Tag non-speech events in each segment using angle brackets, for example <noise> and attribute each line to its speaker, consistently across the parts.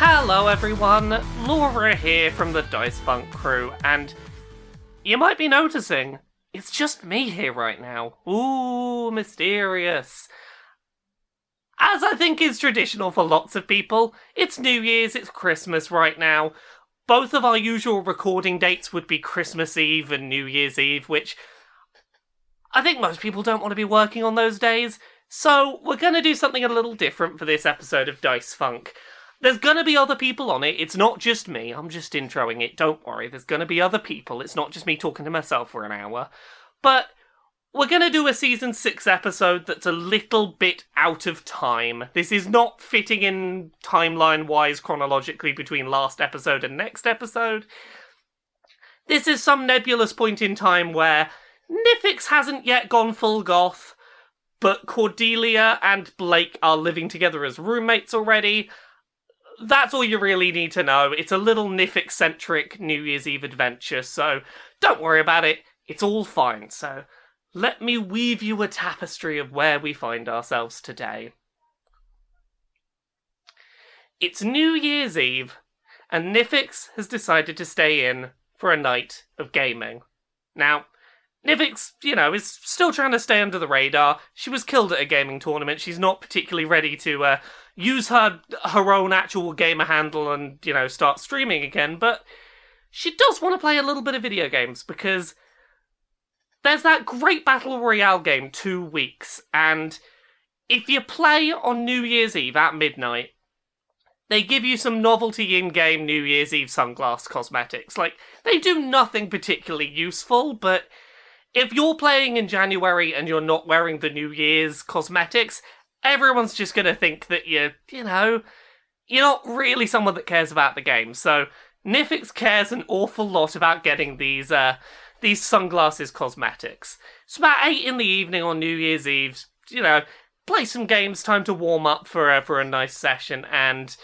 Speaker 1: Hello, everyone. Laura here from the Dice Funk crew, and you might be noticing it's just me here right now. Ooh, mysterious. As I think is traditional for lots of people, it's New Year's, it's Christmas right now. Both of our usual recording dates would be Christmas Eve and New Year's Eve, which I think most people don't want to be working on those days. So, we're going to do something a little different for this episode of Dice Funk. There's going to be other people on it. It's not just me. I'm just introing it. Don't worry. There's going to be other people. It's not just me talking to myself for an hour. But we're going to do a season 6 episode that's a little bit out of time. This is not fitting in timeline wise chronologically between last episode and next episode. This is some nebulous point in time where Nifix hasn't yet gone full goth, but Cordelia and Blake are living together as roommates already. That's all you really need to know. It's a little Nifix centric New Year's Eve adventure, so don't worry about it. It's all fine. So let me weave you a tapestry of where we find ourselves today. It's New Year's Eve, and Nifix has decided to stay in for a night of gaming. Now, Nivix, you know, is still trying to stay under the radar. She was killed at a gaming tournament. She's not particularly ready to uh, use her her own actual gamer handle and you know start streaming again. But she does want to play a little bit of video games because there's that great battle royale game two weeks, and if you play on New Year's Eve at midnight, they give you some novelty in-game New Year's Eve sunglass cosmetics. Like they do nothing particularly useful, but if you're playing in January and you're not wearing the New Year's cosmetics, everyone's just going to think that you're, you know, you're not really someone that cares about the game. So Nifix cares an awful lot about getting these uh, these sunglasses cosmetics. It's about eight in the evening on New Year's Eve. You know, play some games. Time to warm up for uh, for a nice session and.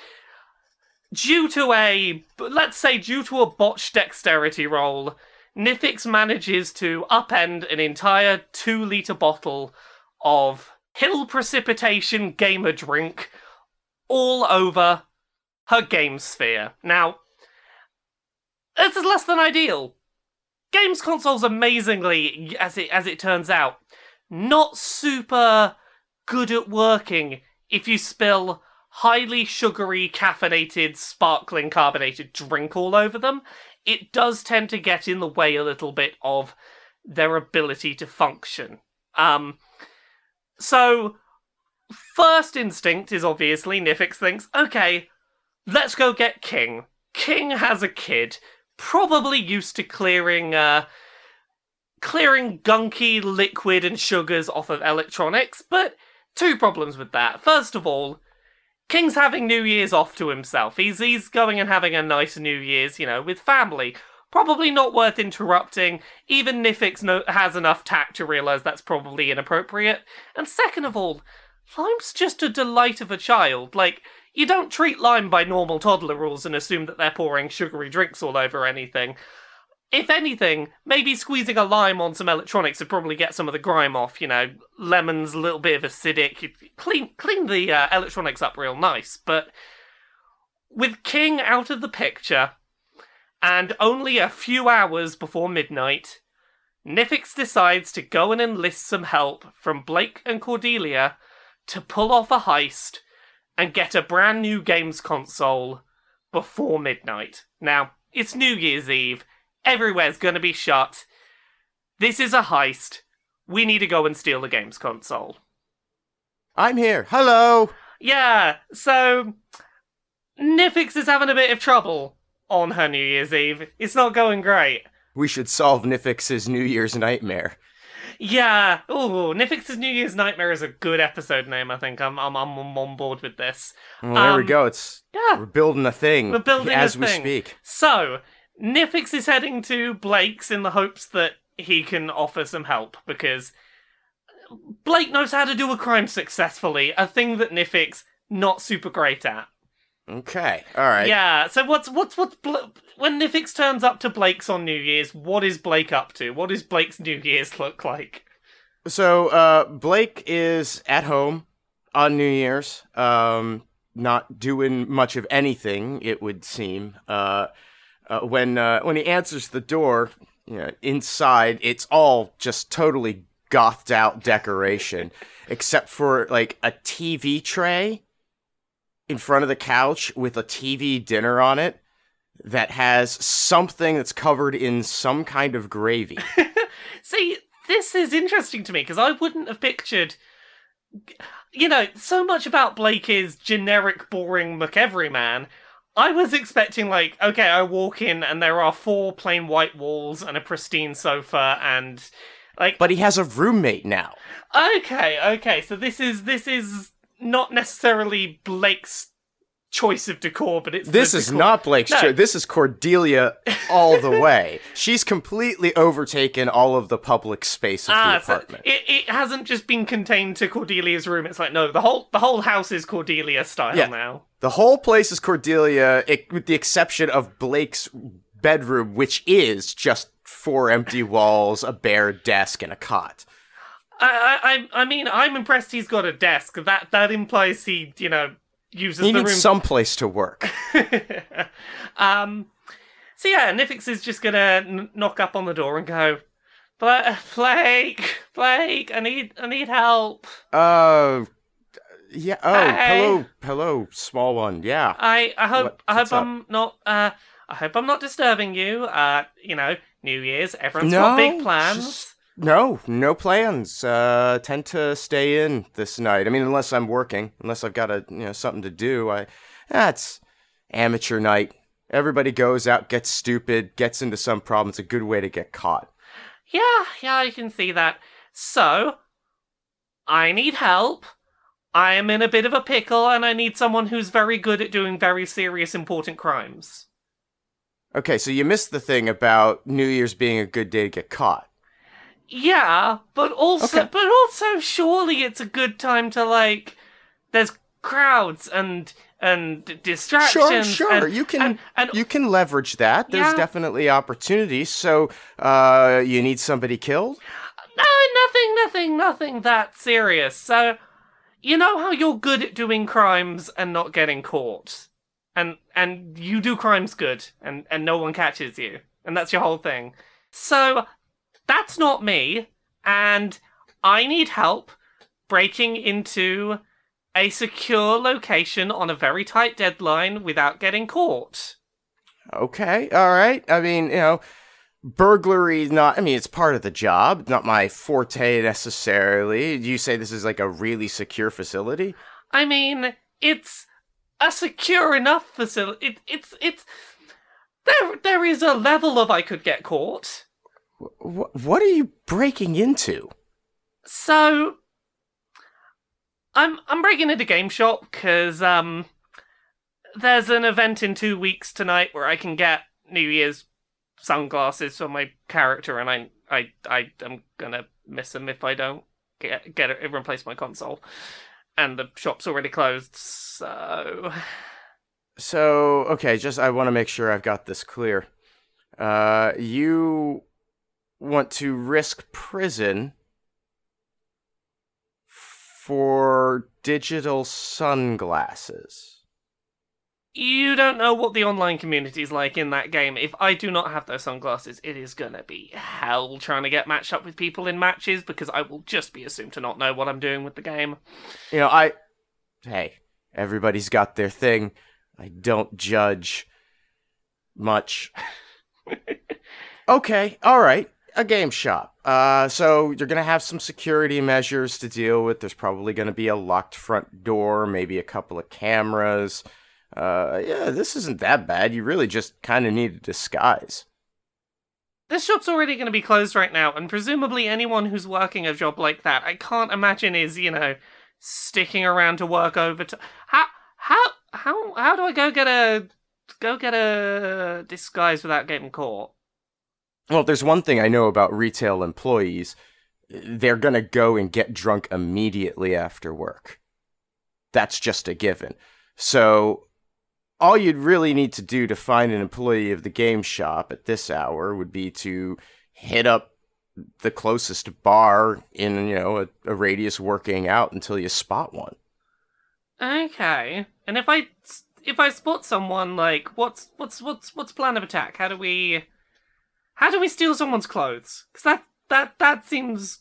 Speaker 1: Due to a, let's say, due to a botched dexterity roll, Nifix manages to upend an entire two litre bottle of Hill Precipitation Gamer Drink all over her game sphere. Now, this is less than ideal. Games consoles, amazingly, as it, as it turns out, not super good at working if you spill highly sugary, caffeinated, sparkling carbonated drink all over them it does tend to get in the way a little bit of their ability to function. Um, so, first instinct is obviously Nifix thinks, okay, let's go get King. King has a kid, probably used to clearing uh, clearing gunky liquid and sugars off of electronics, but two problems with that. First of all, King's having New Year's off to himself. He's he's going and having a nice New Year's, you know, with family. Probably not worth interrupting. Even Nifix no- has enough tact to realise that's probably inappropriate. And second of all, Lime's just a delight of a child. Like, you don't treat Lime by normal toddler rules and assume that they're pouring sugary drinks all over anything. If anything, maybe squeezing a lime on some electronics would probably get some of the grime off, you know, lemons, a little bit of acidic. You Clean, clean the uh, electronics up real nice. But with King out of the picture, and only a few hours before midnight, Nifix decides to go and enlist some help from Blake and Cordelia to pull off a heist and get a brand new games console before midnight. Now, it's New Year's Eve, everywhere's gonna be shut. This is a heist. We need to go and steal the games console.
Speaker 2: I'm here. Hello.
Speaker 1: Yeah, so Nifix is having a bit of trouble on her New Year's Eve. It's not going great.
Speaker 2: We should solve Nifix's New Year's nightmare.
Speaker 1: Yeah. Ooh, Nifix's New Year's Nightmare is a good episode name, I think. I'm I'm I'm on board with this.
Speaker 2: Well, there we
Speaker 1: Um,
Speaker 2: go. It's
Speaker 1: Yeah.
Speaker 2: we're building a thing.
Speaker 1: We're building a
Speaker 2: as we
Speaker 1: thing.
Speaker 2: speak.
Speaker 1: So, Nifix is heading to Blake's in the hopes that he can offer some help because Blake knows how to do a crime successfully, a thing that Nifix not super great at.
Speaker 2: Okay. All right.
Speaker 1: Yeah. So what's what's what's Bla- when Nifix turns up to Blake's on New Year's, what is Blake up to? What does Blake's New Year's look like?
Speaker 2: So uh, Blake is at home on New Year's. Um, not doing much of anything, it would seem. Uh, uh, when uh, when he answers the door, you know, inside it's all just totally gothed out decoration, except for like a TV tray in front of the couch with a TV dinner on it that has something that's covered in some kind of gravy.
Speaker 1: See, this is interesting to me because I wouldn't have pictured. You know, so much about Blake is generic, boring McEveryman. I was expecting, like, okay, I walk in and there are four plain white walls and a pristine sofa and. Like
Speaker 2: but he has a roommate now.
Speaker 1: okay, okay, so this is this is not necessarily Blake's choice of decor, but it's the
Speaker 2: This is
Speaker 1: decor-
Speaker 2: not Blake's
Speaker 1: No.
Speaker 2: chair. This is Cordelia
Speaker 1: <laughs>
Speaker 2: all the way. She's completely overtaken all of the public space of the
Speaker 1: Ah, so
Speaker 2: apartment.
Speaker 1: it, it hasn't just been contained to Cordelia's room. It's like no, the whole the whole house is Cordelia style
Speaker 2: Yeah.
Speaker 1: now.
Speaker 2: The whole place is Cordelia, it, with the exception of Blake's bedroom, which is just four empty walls, a bare desk, and a cot.
Speaker 1: I, I I I mean, I'm impressed he's got a desk. That that implies he you know uses
Speaker 2: He
Speaker 1: the
Speaker 2: needs
Speaker 1: room.
Speaker 2: some place to work.
Speaker 1: <laughs> um, so yeah, Nifix is just gonna n- knock up on the door and go, "Bla- Blake, Blake, I need I need help.
Speaker 2: Uh, yeah. Oh,
Speaker 1: Hi.
Speaker 2: hello, hello, small one. Yeah.
Speaker 1: I I hope
Speaker 2: What-
Speaker 1: I
Speaker 2: what's
Speaker 1: hope I'm not uh I hope I'm not disturbing you. Uh, you know, New Year's, everyone's
Speaker 2: No,
Speaker 1: got big plans."
Speaker 2: just- No, no plans. Uh, tend to stay in this night. I mean, unless I'm working, unless I've got a you know something to do. I that's amateur night. Everybody goes out, gets stupid, gets into some problem. It's a good way to get caught.
Speaker 1: Yeah, yeah, I can see that. So, I need help. I am in a bit of a pickle, and I need someone who's very good at doing very serious, important crimes.
Speaker 2: Okay, so you missed the thing about New Year's being a good day to get caught.
Speaker 1: Yeah, but also,
Speaker 2: Okay.
Speaker 1: but also, surely it's a good time to like. There's crowds and and distractions.
Speaker 2: sure,
Speaker 1: and-
Speaker 2: you can-
Speaker 1: and, and
Speaker 2: You can leverage that. There's
Speaker 1: Yeah.
Speaker 2: definitely opportunities. So, uh, you need somebody killed?
Speaker 1: No, nothing, nothing, nothing that serious. So, you know how you're good at doing crimes and not getting caught, and and you do crimes good, and and no one catches you, and that's your whole thing. So, that's not me, and I need help breaking into a secure location on a very tight deadline without getting caught.
Speaker 2: Okay, all right. I mean, you know, burglary is not, I mean, it's part of the job, not my forte necessarily. You say this is like a really secure facility?
Speaker 1: I mean, it's a secure enough facility. It, it's it's there. There is a level of I could get caught.
Speaker 2: Wh- what are you breaking into?
Speaker 1: So I'm I'm breaking into game shop because um there's an event in two weeks tonight where I can get New Year's sunglasses for my character, and I I I am gonna miss them if I don't get get it, replace my console. And the shop's already closed, so
Speaker 2: So, okay, just I want to make sure I've got this clear. Uh, you want to risk prison for digital sunglasses.
Speaker 1: You don't know what the online community is like in that game. If I do not have those sunglasses, it is gonna be hell trying to get matched up with people in matches because I will just be assumed to not know what I'm doing with the game.
Speaker 2: You know, I. Hey, everybody's got their thing. I don't judge much. okay, all right. A game shop. Uh, so you're gonna have some security measures to deal with. There's probably gonna be a locked front door, maybe a couple of cameras. Uh, yeah, this isn't that bad. You really just kind of need a disguise.
Speaker 1: This shop's already gonna be closed right now, and presumably anyone who's working a job like that, I can't imagine is, you know, sticking around to work over to how how how how do I go get a go get a disguise without getting caught?
Speaker 2: Well, if there's one thing I know about retail employees, they're going to go and get drunk immediately after work. That's just a given. So, all you'd really need to do to find an employee of the game shop at this hour would be to hit up the closest bar in, you know, a, a radius working out until you spot one.
Speaker 1: Okay. And if I if I spot someone, like what's what's what's what's plan of attack? How do we how do we steal someone's clothes? Because that that that seems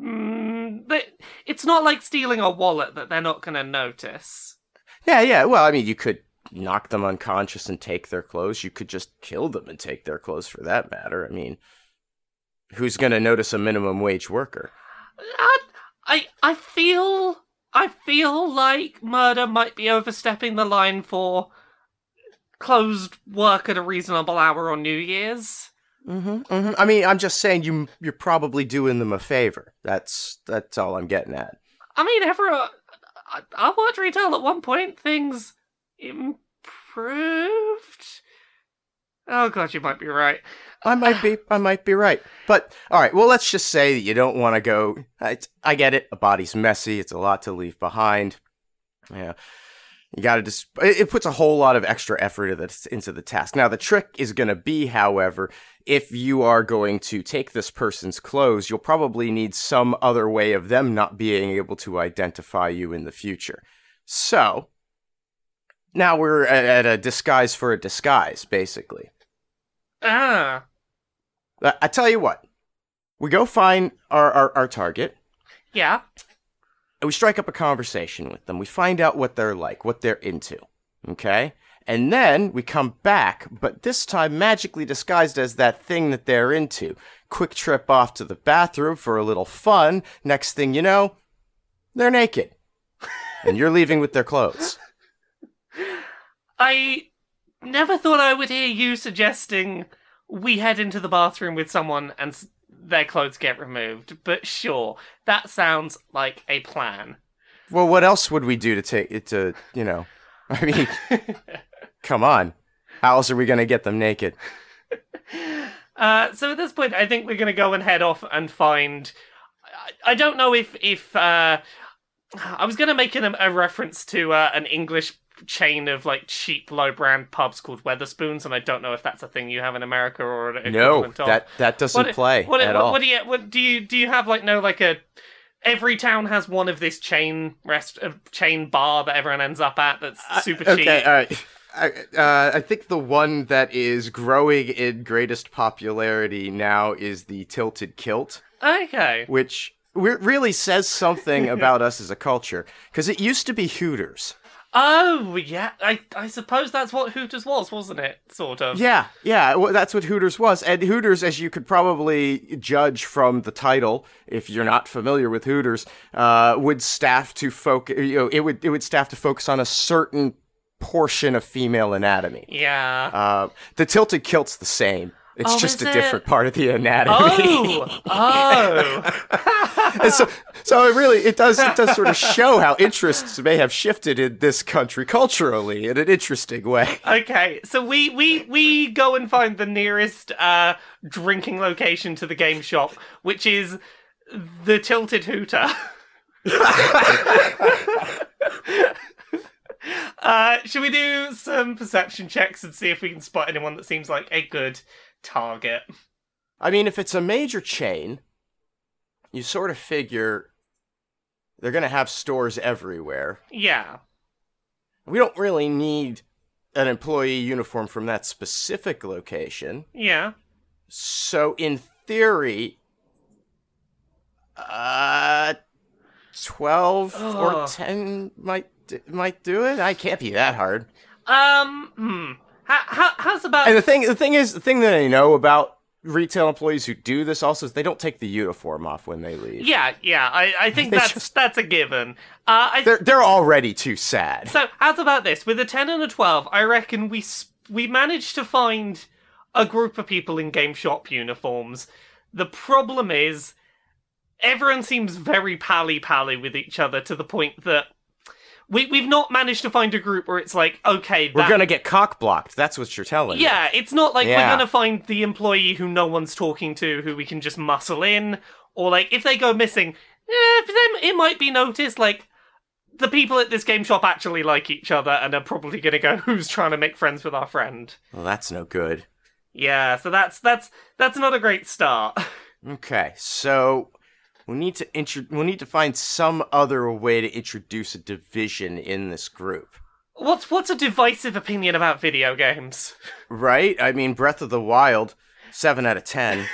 Speaker 1: mm, that it's not like stealing a wallet that they're not gonna notice.
Speaker 2: Yeah, yeah. Well, I mean, you could knock them unconscious and take their clothes. You could just kill them and take their clothes for that matter. I mean, who's going to notice a minimum wage worker?
Speaker 1: I, I I feel I feel like murder might be overstepping the line for closed work at a reasonable hour on New Year's.
Speaker 2: hmm hmm I mean, I'm just saying you you're probably doing them a favor. That's that's all I'm getting at.
Speaker 1: I mean, ever I, I watched retail at one point. Things improved. Oh god, you might be right.
Speaker 2: I might be I might be right. But all right, well let's just say that you don't want to go I, I get it. A body's messy. It's a lot to leave behind. Yeah. You got to just it, it puts a whole lot of extra effort into the, into the task. Now the trick is going to be however, if you are going to take this person's clothes, you'll probably need some other way of them not being able to identify you in the future. So, now we're at, at a disguise for a disguise basically.
Speaker 1: Ah,
Speaker 2: I I tell you what, we go find our, our, our target,
Speaker 1: yeah.
Speaker 2: and we strike up a conversation with them. We find out what they're like, what they're into, okay? And then we come back, but this time magically disguised as that thing that they're into. Quick trip off to the bathroom for a little fun. Next thing you know, they're naked. <laughs> and you're leaving with their clothes.
Speaker 1: I never thought I would hear you suggesting we head into the bathroom with someone and s- their clothes get removed, but sure, that sounds like a plan.
Speaker 2: Well, what else would we do to take it to, you know? <laughs> I mean, come on. How else are we going to get them naked?
Speaker 1: Uh, so at this point, I think we're going to go and head off and find. I, I don't know if if uh, I was going to make an, a reference to uh, an English chain of like cheap low brand pubs called Weatherspoons, and I don't know if that's a thing you have in America or an
Speaker 2: No,
Speaker 1: equivalent of.
Speaker 2: that that doesn't
Speaker 1: What-
Speaker 2: play
Speaker 1: What,
Speaker 2: at
Speaker 1: what,
Speaker 2: all.
Speaker 1: what do you what do you do you have like no like a every town has one of this chain rest uh, chain bar that everyone ends up at that's super cheap.
Speaker 2: Okay, all right. I, uh, I think the one that is growing in greatest popularity now is the tilted kilt,
Speaker 1: okay.
Speaker 2: which re- really says <laughs> something about us as a culture because it used to be Hooters.
Speaker 1: Oh yeah, I I suppose that's what Hooters was, wasn't it? Sort of.
Speaker 2: Yeah, yeah, well, that's what Hooters was. And Hooters, as you could probably judge from the title, if you're not familiar with Hooters, uh, would staff to focus. You know, it would it would staff to focus on a certain portion of female anatomy.
Speaker 1: Yeah.
Speaker 2: Uh, the tilted kilt's the same. It's
Speaker 1: Oh,
Speaker 2: just
Speaker 1: is
Speaker 2: a
Speaker 1: it?
Speaker 2: different part of the <laughs> anatomy.
Speaker 1: Oh, oh.
Speaker 2: and <laughs> so, so it really it does it does sort of show how interests may have shifted in this country culturally in an interesting way.
Speaker 1: Okay, so we we we go and find the nearest uh drinking location to the game shop, which is the Tilted Hooter.
Speaker 2: <laughs>
Speaker 1: uh, should we do some perception checks and see if we can spot anyone that seems like a good target?
Speaker 2: I mean, if it's a major chain, you sort of figure they're going to have stores everywhere.
Speaker 1: Yeah.
Speaker 2: We don't really need an employee uniform from that specific location.
Speaker 1: Yeah.
Speaker 2: So in theory, uh, twelve or
Speaker 1: Ugh.
Speaker 2: ten might d- might do it. I can't be that hard.
Speaker 1: Um. Hmm. How, how, how's about
Speaker 2: And the thing, the thing is, the thing that I know about retail employees who do this also is they don't take the uniform off when they leave.
Speaker 1: yeah yeah I, I think
Speaker 2: They
Speaker 1: that's
Speaker 2: just-
Speaker 1: that's a given. Uh, I
Speaker 2: They're they're already too sad.
Speaker 1: So, how's about this? With a 10 and a 12, I reckon we s- we managed to find a group of people in game shop uniforms. The problem is everyone seems very pally pally with each other to the point that we we've not managed to find a group where it's like, okay, that
Speaker 2: We're gonna get cock blocked. That's what you're telling me.
Speaker 1: yeah, it's not like
Speaker 2: Yeah.
Speaker 1: we're gonna find the employee who no one's talking to, who we can just muscle in, or like if they go missing, eh, for them it might be noticed. Like the people at this game shop actually like each other and are probably gonna go, <laughs> "Who's trying to make friends with our friend?"
Speaker 2: Well, that's no good.
Speaker 1: Yeah, so that's that's that's not a great start.
Speaker 2: Okay, so We need to intro- we need to find some other way to introduce a division in this group.
Speaker 1: <laughs> What's what's a divisive opinion about video games? <laughs>
Speaker 2: Right? I mean Breath of the Wild, 7 out of 10.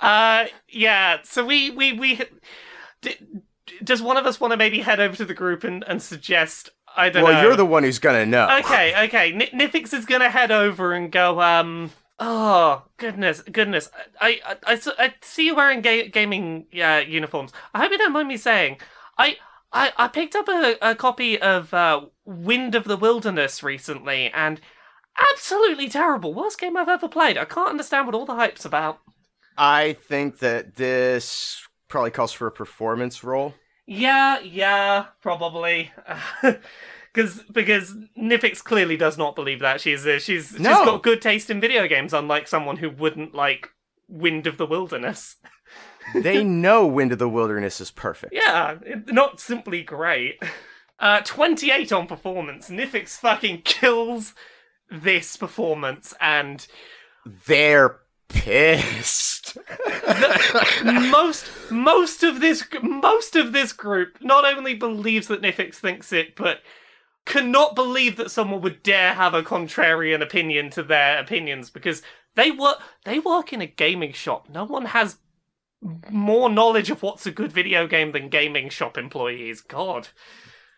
Speaker 1: uh, yeah. So we we we. D- d- does one of us want to maybe head over to the group and, and suggest? I don't
Speaker 2: well,
Speaker 1: know.
Speaker 2: you're the one who's going to know.
Speaker 1: Okay, okay. N- Nifix is gonna head over and go. Um. Oh goodness, goodness. I I, I, s- I see you wearing ga- gaming uh, uniforms. I hope you don't mind me saying. I I, I picked up a, a copy of uh, Wind of the Wilderness recently, and absolutely terrible. Worst game I've ever played. I can't understand what all the hype's about.
Speaker 2: I think that this probably calls for a performance role.
Speaker 1: Yeah, yeah, probably. <laughs> Because because Nifix clearly does not believe that she's uh, she's she's
Speaker 2: No.
Speaker 1: got good taste in video games, unlike someone who wouldn't like Wind of the Wilderness. <laughs>
Speaker 2: they know Wind of the Wilderness is perfect.
Speaker 1: Yeah, it- not simply great. <laughs> Uh, Twenty eight on performance. Nifix fucking kills this performance, and
Speaker 2: They're pissed.
Speaker 1: most most of this most of this group not only believes that Nifix thinks it, but cannot believe that someone would dare have a contrarian opinion to their opinions because they work they work in a gaming shop. No one has more knowledge of what's a good video game than gaming shop employees. God.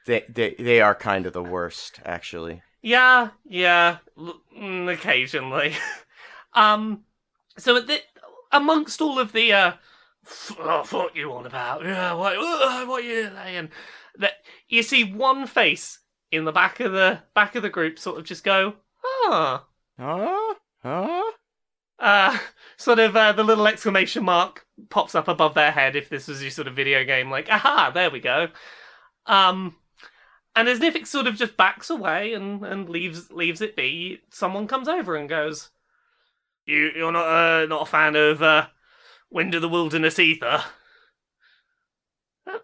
Speaker 2: they, they they are kind of the worst, actually.
Speaker 1: Yeah, yeah, l- mm, occasionally. <laughs> um, so at the, amongst all of the, uh, "F- oh, fuck you on about, yeah, what, uh, what you saying? That you see one face in the back of the back of the group, sort of just go, ah,
Speaker 2: Huh? Huh?
Speaker 1: uh, <laughs> sort of uh, the little exclamation mark pops up above their head if this was your sort of video game, like, aha, there we go. Um, and as Nifix sort of just backs away and, and leaves leaves it be, someone comes over and goes, "You you're not uh, not a fan of uh, Wind of the Wilderness either."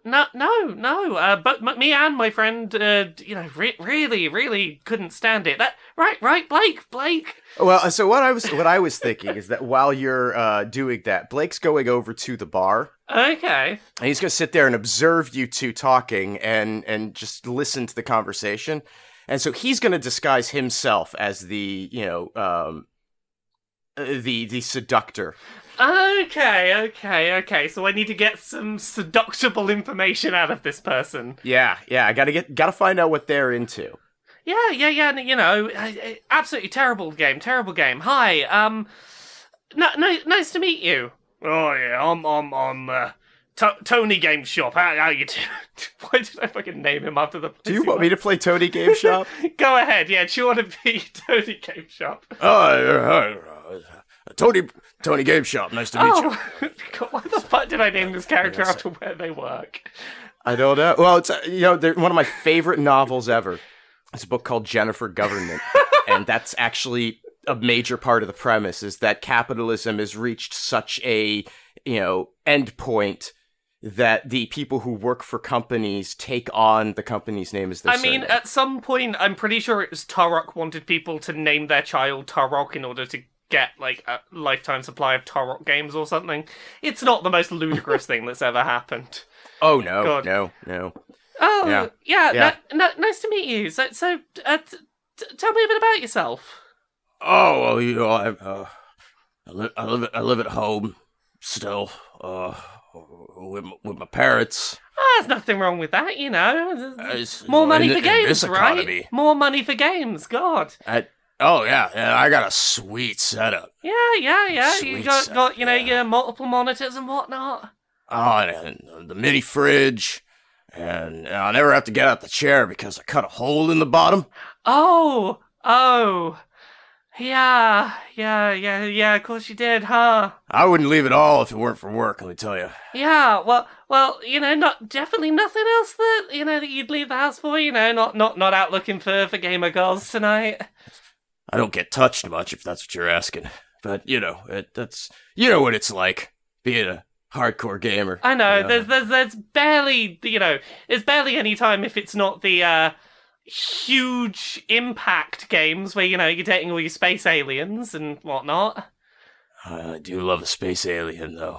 Speaker 1: No, no, no. Uh, but m- me and my friend, uh, d- you know, re- really, really couldn't stand it. That right, right, Blake, Blake.
Speaker 2: Well, uh, so what I was what I was thinking is that while you're uh, doing that, Blake's going over to the bar
Speaker 1: Okay.
Speaker 2: and he's going to sit there and observe you two talking and and just listen to the conversation. And so he's going to disguise himself as the you know um, uh, the the seductor.
Speaker 1: Okay, okay, okay. So I need to get some seductible information out of this person.
Speaker 2: Yeah, yeah. I gotta get gotta find out what they're into.
Speaker 1: Yeah, yeah, yeah. and, You know, I- I- absolutely terrible game, terrible game. Hi, um, no, no, nice to meet you. Oh yeah, I'm, I'm, I'm, uh, To- Tony Game Shop. How, how you doing? <laughs> Why did I fucking name him after the?
Speaker 2: Do you want me to play Tony Game Shop?
Speaker 1: Go ahead. Yeah, do you want to be <laughs> Tony Game Shop?
Speaker 2: <laughs> uh, Tony Tony Game Shop. Nice to
Speaker 1: Oh, God, why the fuck did I name this character after where they work?
Speaker 2: I don't know. Well, it's uh, you know they're one of my favorite novels ever. It's a book called Jennifer Government,
Speaker 1: <laughs>
Speaker 2: and that's actually a major part of the premise is that capitalism has reached such a you know endpoint that the people who work for companies take on the company's name as their.
Speaker 1: I mean, uh,
Speaker 2: surname.
Speaker 1: at some point, I'm pretty sure it was Tarok wanted people to name their child Tarok in order to get like a lifetime supply of Tarok games or something. It's not the most
Speaker 2: <laughs>
Speaker 1: ludicrous thing that's ever happened.
Speaker 2: oh no,
Speaker 1: God.
Speaker 2: no, no.
Speaker 1: Oh, yeah, yeah.
Speaker 2: Yeah. Yeah.
Speaker 1: No, no, nice to meet you. So, so uh, t- t- tell me a bit about yourself.
Speaker 2: Oh well, you know, I, uh, I, live, I live, I live at home still, uh, with my, with my parents.
Speaker 1: Oh, there's nothing wrong with that, you know.
Speaker 2: Uh, it's-
Speaker 1: More money
Speaker 2: in-
Speaker 1: for
Speaker 2: in
Speaker 1: games,
Speaker 2: this
Speaker 1: right?
Speaker 2: economy.
Speaker 1: More money for games. God.
Speaker 2: I, oh yeah, yeah, I got a sweet setup.
Speaker 1: Yeah, yeah, yeah. you
Speaker 2: Sweet
Speaker 1: got
Speaker 2: stuff,
Speaker 1: got you know
Speaker 2: yeah.
Speaker 1: your multiple monitors and whatnot.
Speaker 2: Oh, and, and the mini fridge, and I never have to get out the chair because I cut a hole in the bottom.
Speaker 1: Oh, oh, yeah, yeah, yeah, yeah. Of course you did, huh?
Speaker 2: I wouldn't leave it all if it weren't for work. Let me tell you.
Speaker 1: Yeah. Well, well, you know, not definitely nothing else that you know that you'd leave the house for. You know, not not not out looking for for gamer girls tonight.
Speaker 2: I don't get touched much if that's what you're asking. But you know, it, that's you know what it's like being a hardcore gamer.
Speaker 1: I know.
Speaker 2: you
Speaker 1: There's there's there's barely you know there's barely any time if it's not the uh huge impact games where you know you're dating all your space aliens and whatnot.
Speaker 2: I do love a space alien though.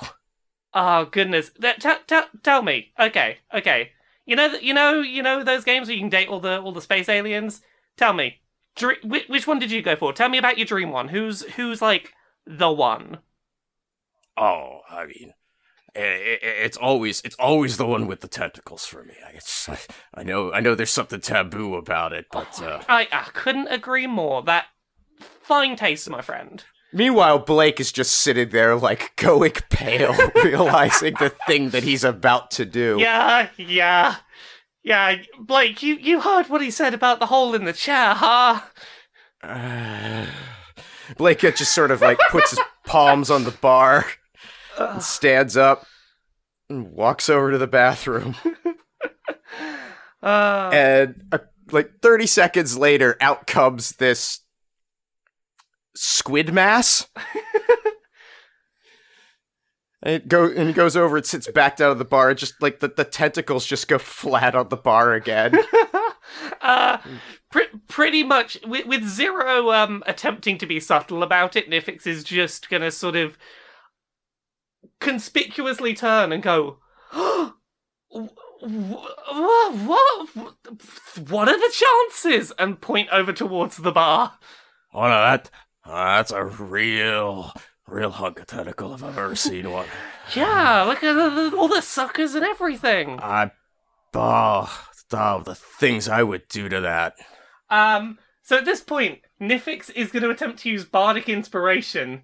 Speaker 1: Oh goodness! That, t- t- tell me. Okay, okay. You know, th- you know, you know those games where you can date all the all the space aliens. Tell me, dr- whi- which one did you go for? Tell me about your dream one. Who's who's like the one?
Speaker 2: Oh, I mean, i i it's always it's always the one with the tentacles for me. I, it's, I, I know I know there's something taboo about it, but uh,
Speaker 1: I I couldn't agree more. That fine taste, my friend.
Speaker 2: meanwhile, Blake is just sitting there like going pale, realizing the thing that he's about to do.
Speaker 1: Yeah, yeah, yeah. Blake, you you heard what he said about the hole in the chair, huh?
Speaker 2: <sighs> Blake uh, just sort of like puts his palms on the bar, and stands up, and walks over to the bathroom.
Speaker 1: Uh,
Speaker 2: And uh, like 30 seconds later, out comes this
Speaker 3: <laughs>
Speaker 2: squid mass. and it go and it goes over and sits back down at the bar. and Just like the, the tentacles just go flat on the bar again.
Speaker 1: <laughs> uh, pr- pretty much with, with zero um attempting to be subtle about it, Nifix is just gonna sort of conspicuously turn and go, <gasps> "Wh- wh- wh- what? What are the chances? And point over towards the bar.
Speaker 3: <laughs> Oh no, that uh, that's a real, real hunk of tentacle if I've ever seen one.
Speaker 1: Yeah, look at the, the, all the suckers and everything.
Speaker 3: I, oh, oh, the things I would do to that.
Speaker 1: Um, so at this point, Nifix is going to attempt to use bardic inspiration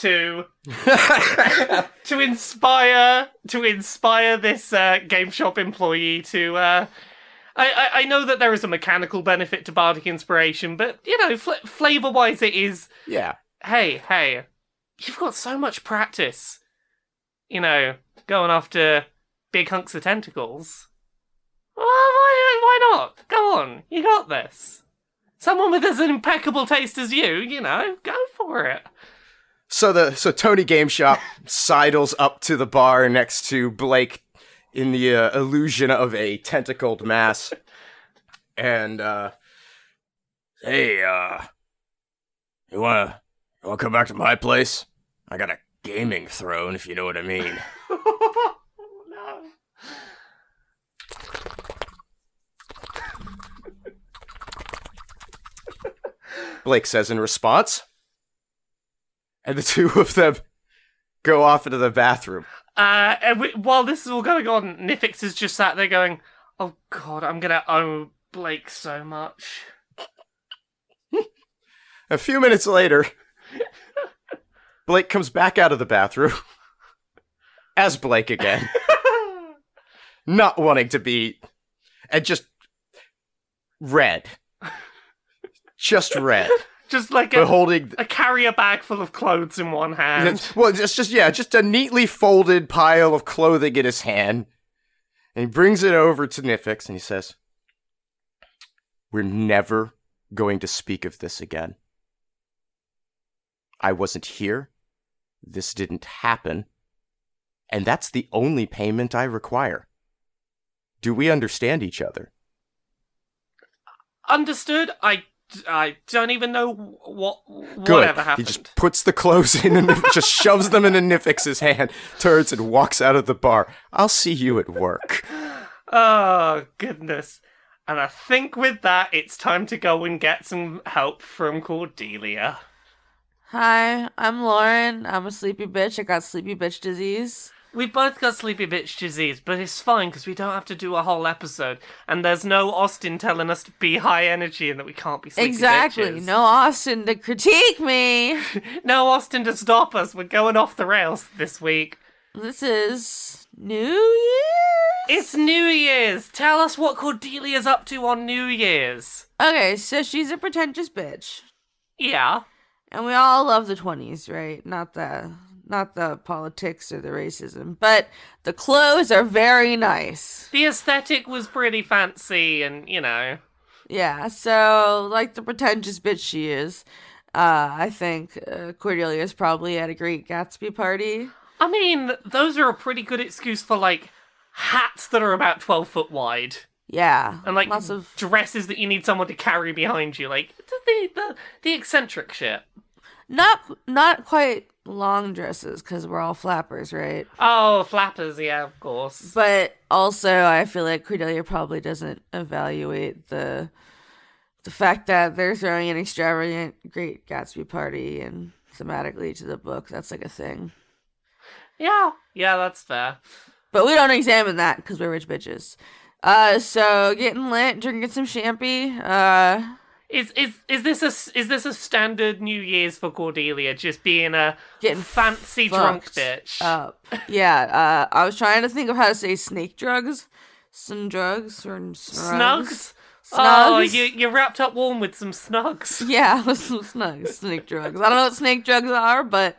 Speaker 1: to to inspire to inspire this uh, game shop employee to. Uh, I, I I know that there is a mechanical benefit to bardic inspiration, but you know, fl- flavor wise, it is.
Speaker 2: <laughs> yeah.
Speaker 1: Hey, hey, you've got so much practice. You know, going after big hunks of tentacles. Well, why, why not? Go on, you got this. Someone with as impeccable taste as you, you know, go for it.
Speaker 2: So the so Tony Game Shop sidles up to the bar next to Blake in the uh, illusion of a tentacled mass, and uh,
Speaker 3: Hey, uh, you wanna you wanna come back to my place? I got a gaming throne, if you know what I mean.
Speaker 1: no.
Speaker 2: Blake says in response, and the two of them go off into the bathroom.
Speaker 1: Uh, and we, while this is all going on, Nifix is just sat there going, "Oh God, I'm gonna owe Blake so much." <laughs>
Speaker 2: A few minutes later, Blake comes back out of the bathroom <laughs> as Blake again, not wanting to be, and just red, just red,
Speaker 1: just like
Speaker 2: but
Speaker 1: a,
Speaker 2: holding.
Speaker 1: a carrier bag full of clothes in one hand.
Speaker 2: Well, it's just yeah, just a neatly folded pile of clothing in his hand, and he brings it over to Nifix and he says, "We're never going to speak of this again. I wasn't here. This didn't happen, and that's the only payment I require. Do we understand each other?"
Speaker 1: Understood. I, I don't even know what whatever
Speaker 2: He
Speaker 1: happened.
Speaker 2: just puts the clothes in and just shoves them into Nifix's hand, turns and walks out of the bar. I'll see you at work.
Speaker 1: Oh goodness. And I think with that, it's time to go and get some help from Cordelia.
Speaker 4: Hi, I'm Lauren. I'm a sleepy bitch. I got sleepy bitch disease.
Speaker 1: We both got sleepy bitch disease, but it's fine because we don't have to do a whole episode, and there's no Austin telling us to be high energy and that we can't be sleepy
Speaker 4: exactly.
Speaker 1: bitches.
Speaker 4: No Austin to critique me. <laughs>
Speaker 1: no Austin to stop us. We're going off the rails this week.
Speaker 4: this is New Year.
Speaker 1: It's New Year's. Tell us what Cordelia's up to on New Year's.
Speaker 4: Okay, so she's a pretentious bitch,
Speaker 1: Yeah.
Speaker 4: and we all love the 20s, right? Not the not the politics or the racism, but the clothes are very nice.
Speaker 1: The aesthetic was pretty fancy and, you know.
Speaker 4: Yeah, so like the pretentious bitch she is, uh, I think uh, Cordelia's probably at a Great Gatsby party.
Speaker 1: I mean, those are a pretty good excuse for, like, hats that are about 12 foot wide.
Speaker 4: Yeah,
Speaker 1: And, like,
Speaker 4: lots of
Speaker 1: dresses that you need someone to carry behind you. Like, the, the, the, the eccentric shit.
Speaker 4: not not quite
Speaker 5: long dresses because we're all flappers, right?
Speaker 1: Oh, flappers, yeah, of course.
Speaker 5: But also, I feel like Cordelia probably doesn't evaluate the the fact that they're throwing an extravagant Great Gatsby party and thematically to the book. That's like a thing.
Speaker 1: yeah, yeah, that's fair.
Speaker 5: But we don't examine that because we're rich bitches. Uh, so getting lit, drinking some champy. Uh,
Speaker 1: Is is is this a s- is this a standard New Year's for Cordelia? Just being a
Speaker 5: getting
Speaker 1: fancy drunk
Speaker 5: fucked
Speaker 1: bitch.
Speaker 5: up. Uh, Yeah, uh, I was trying to think of how to say snake drugs, some drugs or snugs.
Speaker 1: Snugs? Oh,
Speaker 5: Snugs?
Speaker 1: you you wrapped up warm with some snugs.
Speaker 5: <laughs> Yeah, <laughs> with some snugs, snake drugs. I don't know what snake drugs are, but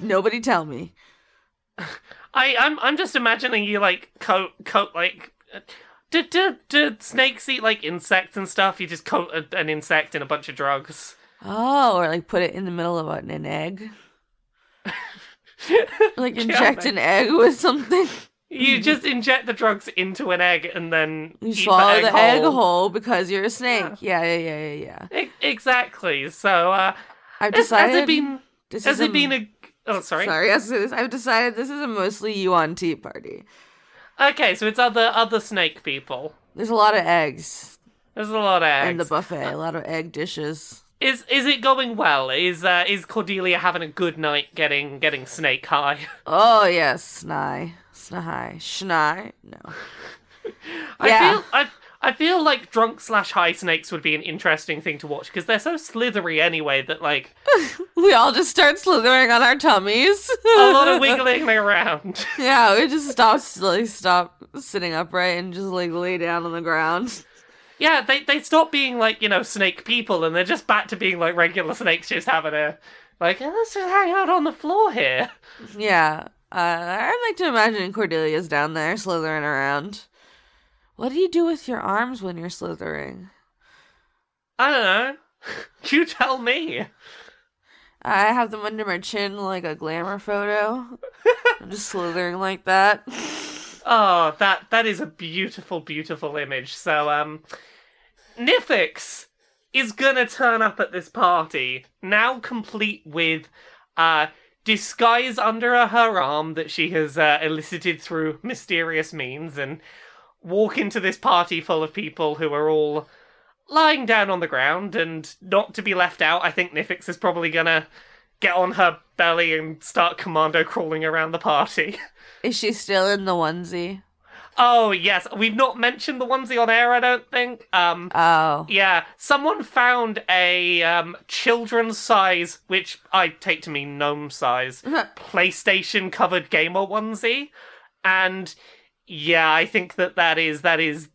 Speaker 5: nobody tell me.
Speaker 1: I I'm I'm just imagining you like coat coat like. uh, Do, do, do snakes eat like insects and stuff? You just coat a, an insect in a bunch of drugs. <laughs>
Speaker 5: Oh, or like put it in the middle of an, an egg. like
Speaker 1: <laughs> Yeah,
Speaker 5: inject
Speaker 1: man.
Speaker 5: an egg with something. <laughs>
Speaker 1: You just inject the drugs into an egg and then
Speaker 5: Hmm. You
Speaker 1: eat
Speaker 5: swallow
Speaker 1: the egg
Speaker 5: hole. because you're a snake. Yeah, yeah, yeah, yeah. yeah.
Speaker 1: E- exactly. So uh,
Speaker 5: I've
Speaker 1: has, has
Speaker 5: decided.
Speaker 1: it been
Speaker 5: this
Speaker 1: has
Speaker 5: is
Speaker 1: it been a oh sorry.
Speaker 5: Sorry, <laughs> I was gonna say this. I've decided this is a mostly you on tea party.
Speaker 1: okay so it's other other snake people.
Speaker 5: There's a lot of eggs,
Speaker 1: There's a lot of
Speaker 5: in the
Speaker 1: eggs.
Speaker 5: buffet. A lot of egg dishes.
Speaker 1: is is it going well? Is uh, is Cordelia having a good night getting getting snake high? <laughs>
Speaker 5: Oh yes, snai, snai, schnai. No.
Speaker 1: I
Speaker 5: Yeah.
Speaker 1: feel I I feel like drunk slash high snakes would be an interesting thing to watch because they're so slithery anyway that like
Speaker 5: We all just start slithering on our tummies.
Speaker 1: a lot
Speaker 5: <laughs>
Speaker 1: of wiggling around. <laughs>
Speaker 5: yeah, we just stop, like stop sitting upright and just like lay down on the ground.
Speaker 1: Yeah, they they stop being like you know snake people and they're just back to being like regular snakes just having a like "Oh, let's just hang out on the floor here.
Speaker 5: Yeah, uh, I like to imagine Cordelia's down there slithering around. What do you do with your arms when you're slithering?
Speaker 1: I don't know. <laughs> You tell me.
Speaker 5: I have them under my chin like a glamour photo. I'm just slithering like that. <laughs>
Speaker 1: Oh, that that is a beautiful, beautiful image. So, um, Nifix is gonna turn up at this party now, complete with uh disguise under her arm that she has uh, elicited through mysterious means, and walk into this party full of people who are all lying down on the ground and not to be left out. I think Nifix is probably gonna get on her belly and start commando crawling around the party. <laughs>
Speaker 5: Is she still in the onesie?
Speaker 1: Oh yes, we've not mentioned the onesie on air. I don't think. Um,
Speaker 5: Oh,
Speaker 1: yeah, someone found a um children's size, which I take to mean gnome size, PlayStation covered gamer onesie, and yeah, I think that that is that is.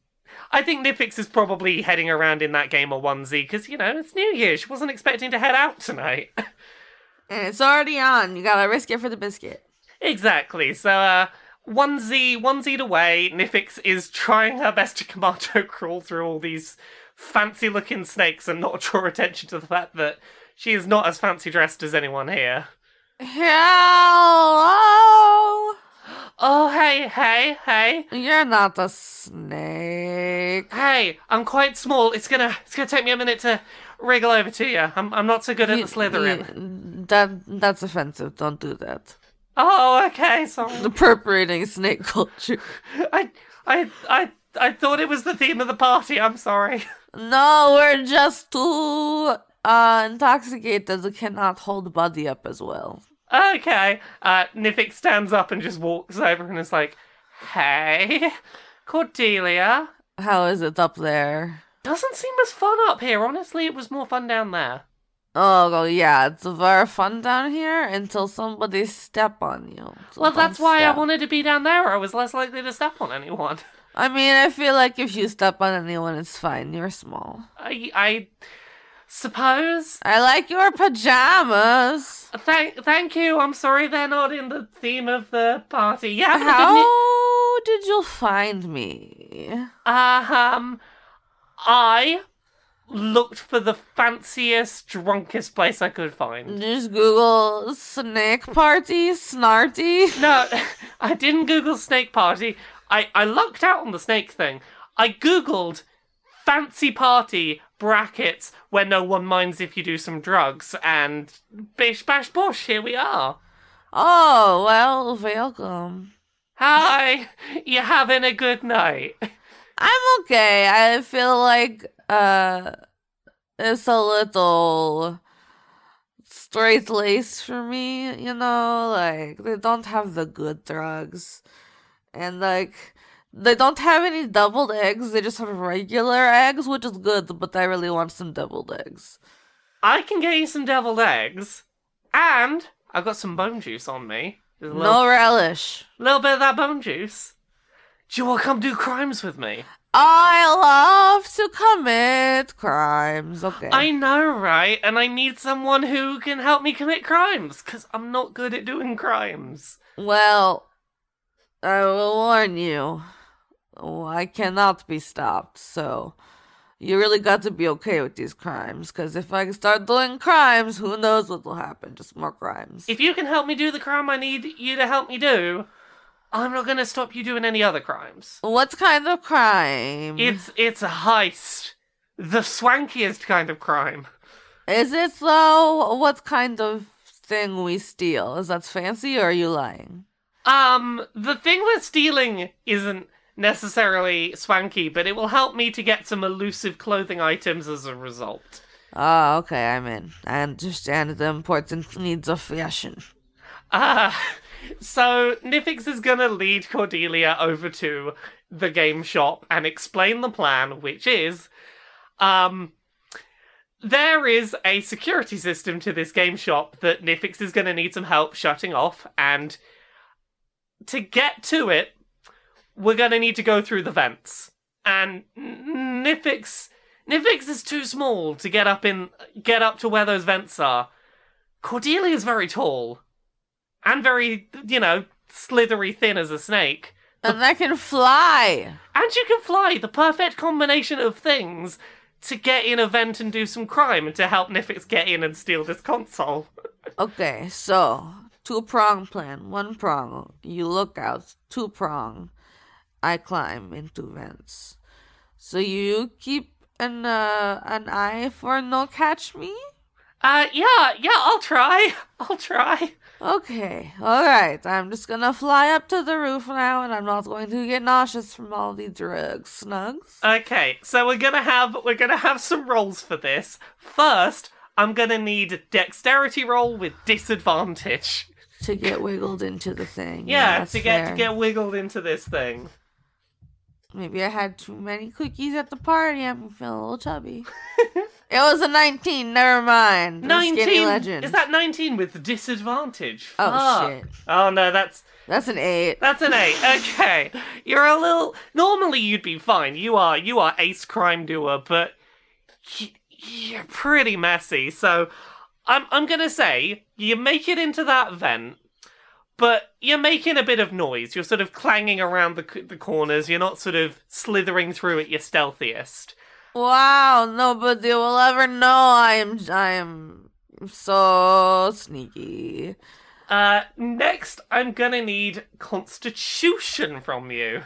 Speaker 1: I think Nifix is probably heading around in that gamer onesie because you know it's New Year. She wasn't expecting to head out tonight.
Speaker 5: and it's already on. You gotta risk it for the biscuit.
Speaker 1: Exactly. So, uh, onesie, onesie away, Nifix is trying her best to commando <laughs> crawl through all these fancy looking snakes and not draw attention to the fact that she is not as fancy dressed as anyone here.
Speaker 5: Hello!
Speaker 1: Oh, hey, hey, hey.
Speaker 5: You're not the snake.
Speaker 1: Hey, I'm quite small. It's gonna, it's gonna take me a minute to wriggle over to you. I'm, I'm not so good at
Speaker 5: You-
Speaker 1: the slithering.
Speaker 5: you- that that's offensive. Don't do that.
Speaker 1: Oh, okay. Sorry.
Speaker 5: Appropriating snake culture.
Speaker 1: I, I, I, I thought it was the theme of the party. I'm sorry.
Speaker 5: No, we're just too uh, intoxicated. We cannot hold the body up as well.
Speaker 1: okay. Uh, Nifix stands up and just walks over and is like, hey, Cordelia.
Speaker 5: How is it up there?
Speaker 1: Doesn't seem as fun up here. Honestly, it was more fun down there.
Speaker 5: Oh well, yeah, it's very fun down here until somebody step on you. So
Speaker 1: well,
Speaker 5: don't
Speaker 1: that's why
Speaker 5: step.
Speaker 1: I wanted to be down there. I was less likely to step on anyone. <laughs>
Speaker 5: I mean, I feel like if you step on anyone, it's fine. You're small.
Speaker 1: I, I suppose.
Speaker 5: I like your pajamas.
Speaker 1: Thank, thank you. I'm sorry they're not in the theme of the party. Yeah. but
Speaker 5: How
Speaker 1: didn't <laughs> you-
Speaker 5: did you find me?
Speaker 1: Uh, um, I looked for the fanciest, drunkest place I could find.
Speaker 5: Just Google snake party, snarty.
Speaker 1: No, <laughs> I didn't Google snake party. I, I lucked out on the snake thing. I Googled fancy party, brackets where no one minds if you do some drugs, and bish bash bosh, here we are.
Speaker 5: Oh, well, welcome.
Speaker 1: Hi, <laughs> you having a good night? <laughs>
Speaker 5: I'm okay. I feel like uh it's a little straight laced for me, you know, like they don't have the good drugs. And like they don't have any deviled eggs, they just have regular eggs, which is good, but I really want some deviled eggs.
Speaker 1: I can get you some deviled eggs, and I've got some bone juice on me. There's a little,
Speaker 5: No relish.
Speaker 1: little bit of that bone juice. Do you want to come do crimes with me?
Speaker 5: I love to commit crimes. Okay.
Speaker 1: I know, right? And I need someone who can help me commit crimes, because I'm not good at doing crimes.
Speaker 5: Well, I will warn you. Oh, I cannot be stopped, so you really got to be okay with these crimes, because if I start doing crimes, who knows what will happen? Just more crimes.
Speaker 1: If you can help me do the crime I need you to help me do, I'm not going to stop you doing any other crimes.
Speaker 5: what kind of crime?
Speaker 1: It's it's a heist. The swankiest kind of crime.
Speaker 5: Is it though? What kind of thing we steal? Is that fancy or are you lying?
Speaker 1: Um, the thing we're stealing isn't necessarily swanky, but it will help me to get some elusive clothing items as a result.
Speaker 5: Oh, okay, I'm in. I understand the important needs of fashion.
Speaker 1: Uh, so Nifix is gonna lead Cordelia over to the game shop and explain the plan, which is, um, there is a security system to this game shop that Nifix is gonna need some help shutting off, and to get to it, we're gonna need to go through the vents. And N- Nifix, Nifix is too small to get up in, get up to where those vents are. Cordelia is very tall and very, you know, slithery thin as a snake.
Speaker 5: And I can fly!
Speaker 1: And you can fly, the perfect combination of things to get in a vent and do some crime and to help Nifix get in and steal this console.
Speaker 5: Okay, so two prong plan. One prong, you look out. Two prong, I climb into vents. So you keep an uh, an eye for no catch me.
Speaker 1: Uh, yeah, yeah, I'll try. <laughs> I'll try.
Speaker 5: Okay, all right. I'm just gonna fly up to the roof now, and I'm not going to get nauseous from all the drugs, snugs.
Speaker 1: Okay, so we're gonna have we're gonna have some rolls for this. First, I'm gonna need dexterity roll with disadvantage.
Speaker 5: to get wiggled into the thing.
Speaker 1: Yeah,
Speaker 5: that's
Speaker 1: to get
Speaker 5: fair.
Speaker 1: to get wiggled into this thing.
Speaker 5: Maybe I had too many cookies at the party. I'm feeling a
Speaker 1: <laughs>
Speaker 5: little chubby. it was a 19. Never mind. I'm a skinny
Speaker 1: 19
Speaker 5: legend.
Speaker 1: Is that 19 with disadvantage?
Speaker 5: Oh
Speaker 1: Fuck.
Speaker 5: shit.
Speaker 1: Oh no, that's
Speaker 5: That's an eight.
Speaker 1: that's an eight. Okay, you're a little. Normally, you'd be fine. You are you are ace crime doer, but y- you're pretty messy. So, I'm I'm gonna say you make it into that vent, but you're making a bit of noise. You're sort of clanging around the c- the corners. You're not sort of slithering through at your stealthiest.
Speaker 5: Wow, nobody will ever know I'm I'm so sneaky.
Speaker 1: Uh, next, I'm gonna need Constitution from you.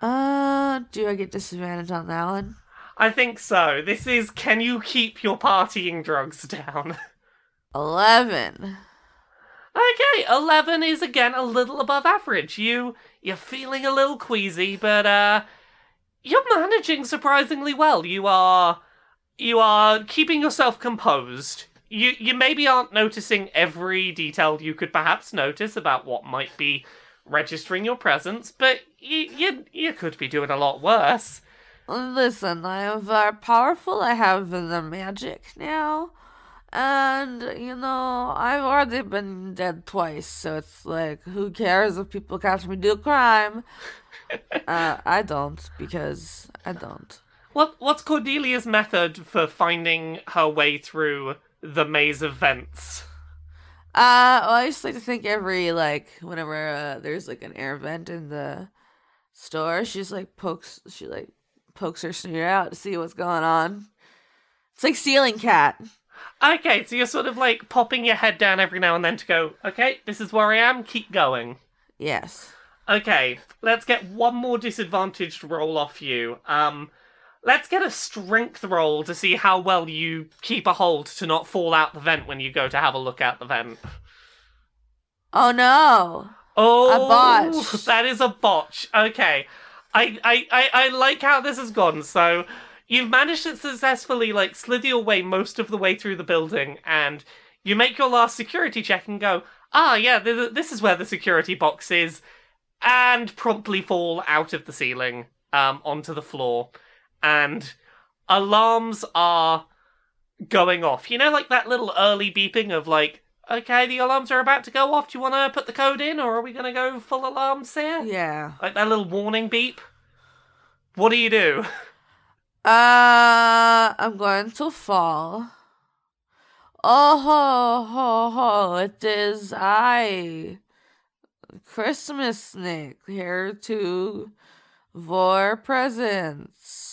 Speaker 5: Uh do I get disadvantage on that one?
Speaker 1: I think so. This is can you keep your partying drugs down? <laughs>
Speaker 5: Eleven.
Speaker 1: okay, 11 is again a little above average. You you're feeling a little queasy, but uh you're managing surprisingly well. You are you are keeping yourself composed. You you maybe aren't noticing every detail you could perhaps notice about what might be registering your presence, but you you, you could be doing a lot worse.
Speaker 5: Listen, I am very powerful. I have the magic now. And, you know, I've already been dead twice, so it's like, who cares if people catch me do crime? uh, I don't, because I don't.
Speaker 1: What what's Cordelia's method for finding her way through the maze of vents?
Speaker 5: Uh, well, I just like to think every, like, whenever uh, there's, like, an air vent in the store, she just, like, pokes, she, like, pokes her snoot out to see what's going on. It's like Ceiling Cat.
Speaker 1: Okay, so you're sort of like popping your head down every now and then to go, okay, this is where I am, keep going.
Speaker 5: Yes.
Speaker 1: Okay, let's get one more disadvantaged roll off you. Um Let's get a strength roll to see how well you keep a hold to not fall out the vent when you go to have a look out the vent.
Speaker 5: Oh no.
Speaker 1: Oh,
Speaker 5: botch.
Speaker 1: That is a botch. Okay, I, I, I, I like how this has gone. So you've managed to successfully like slither your way most of the way through the building, and you make your last security check and go, ah, yeah, th- this is where the security box is, and promptly fall out of the ceiling um onto the floor, and alarms are going off. You know, like that little early beeping of like, okay, the alarms are about to go off. Do you want to put the code in, or are we going to go full alarms here?
Speaker 5: Yeah.
Speaker 1: Like that little warning beep. What do you do?
Speaker 5: Uh, I'm going to fall. Oh ho ho ho! It is I, Christmas snake, here to vor presents.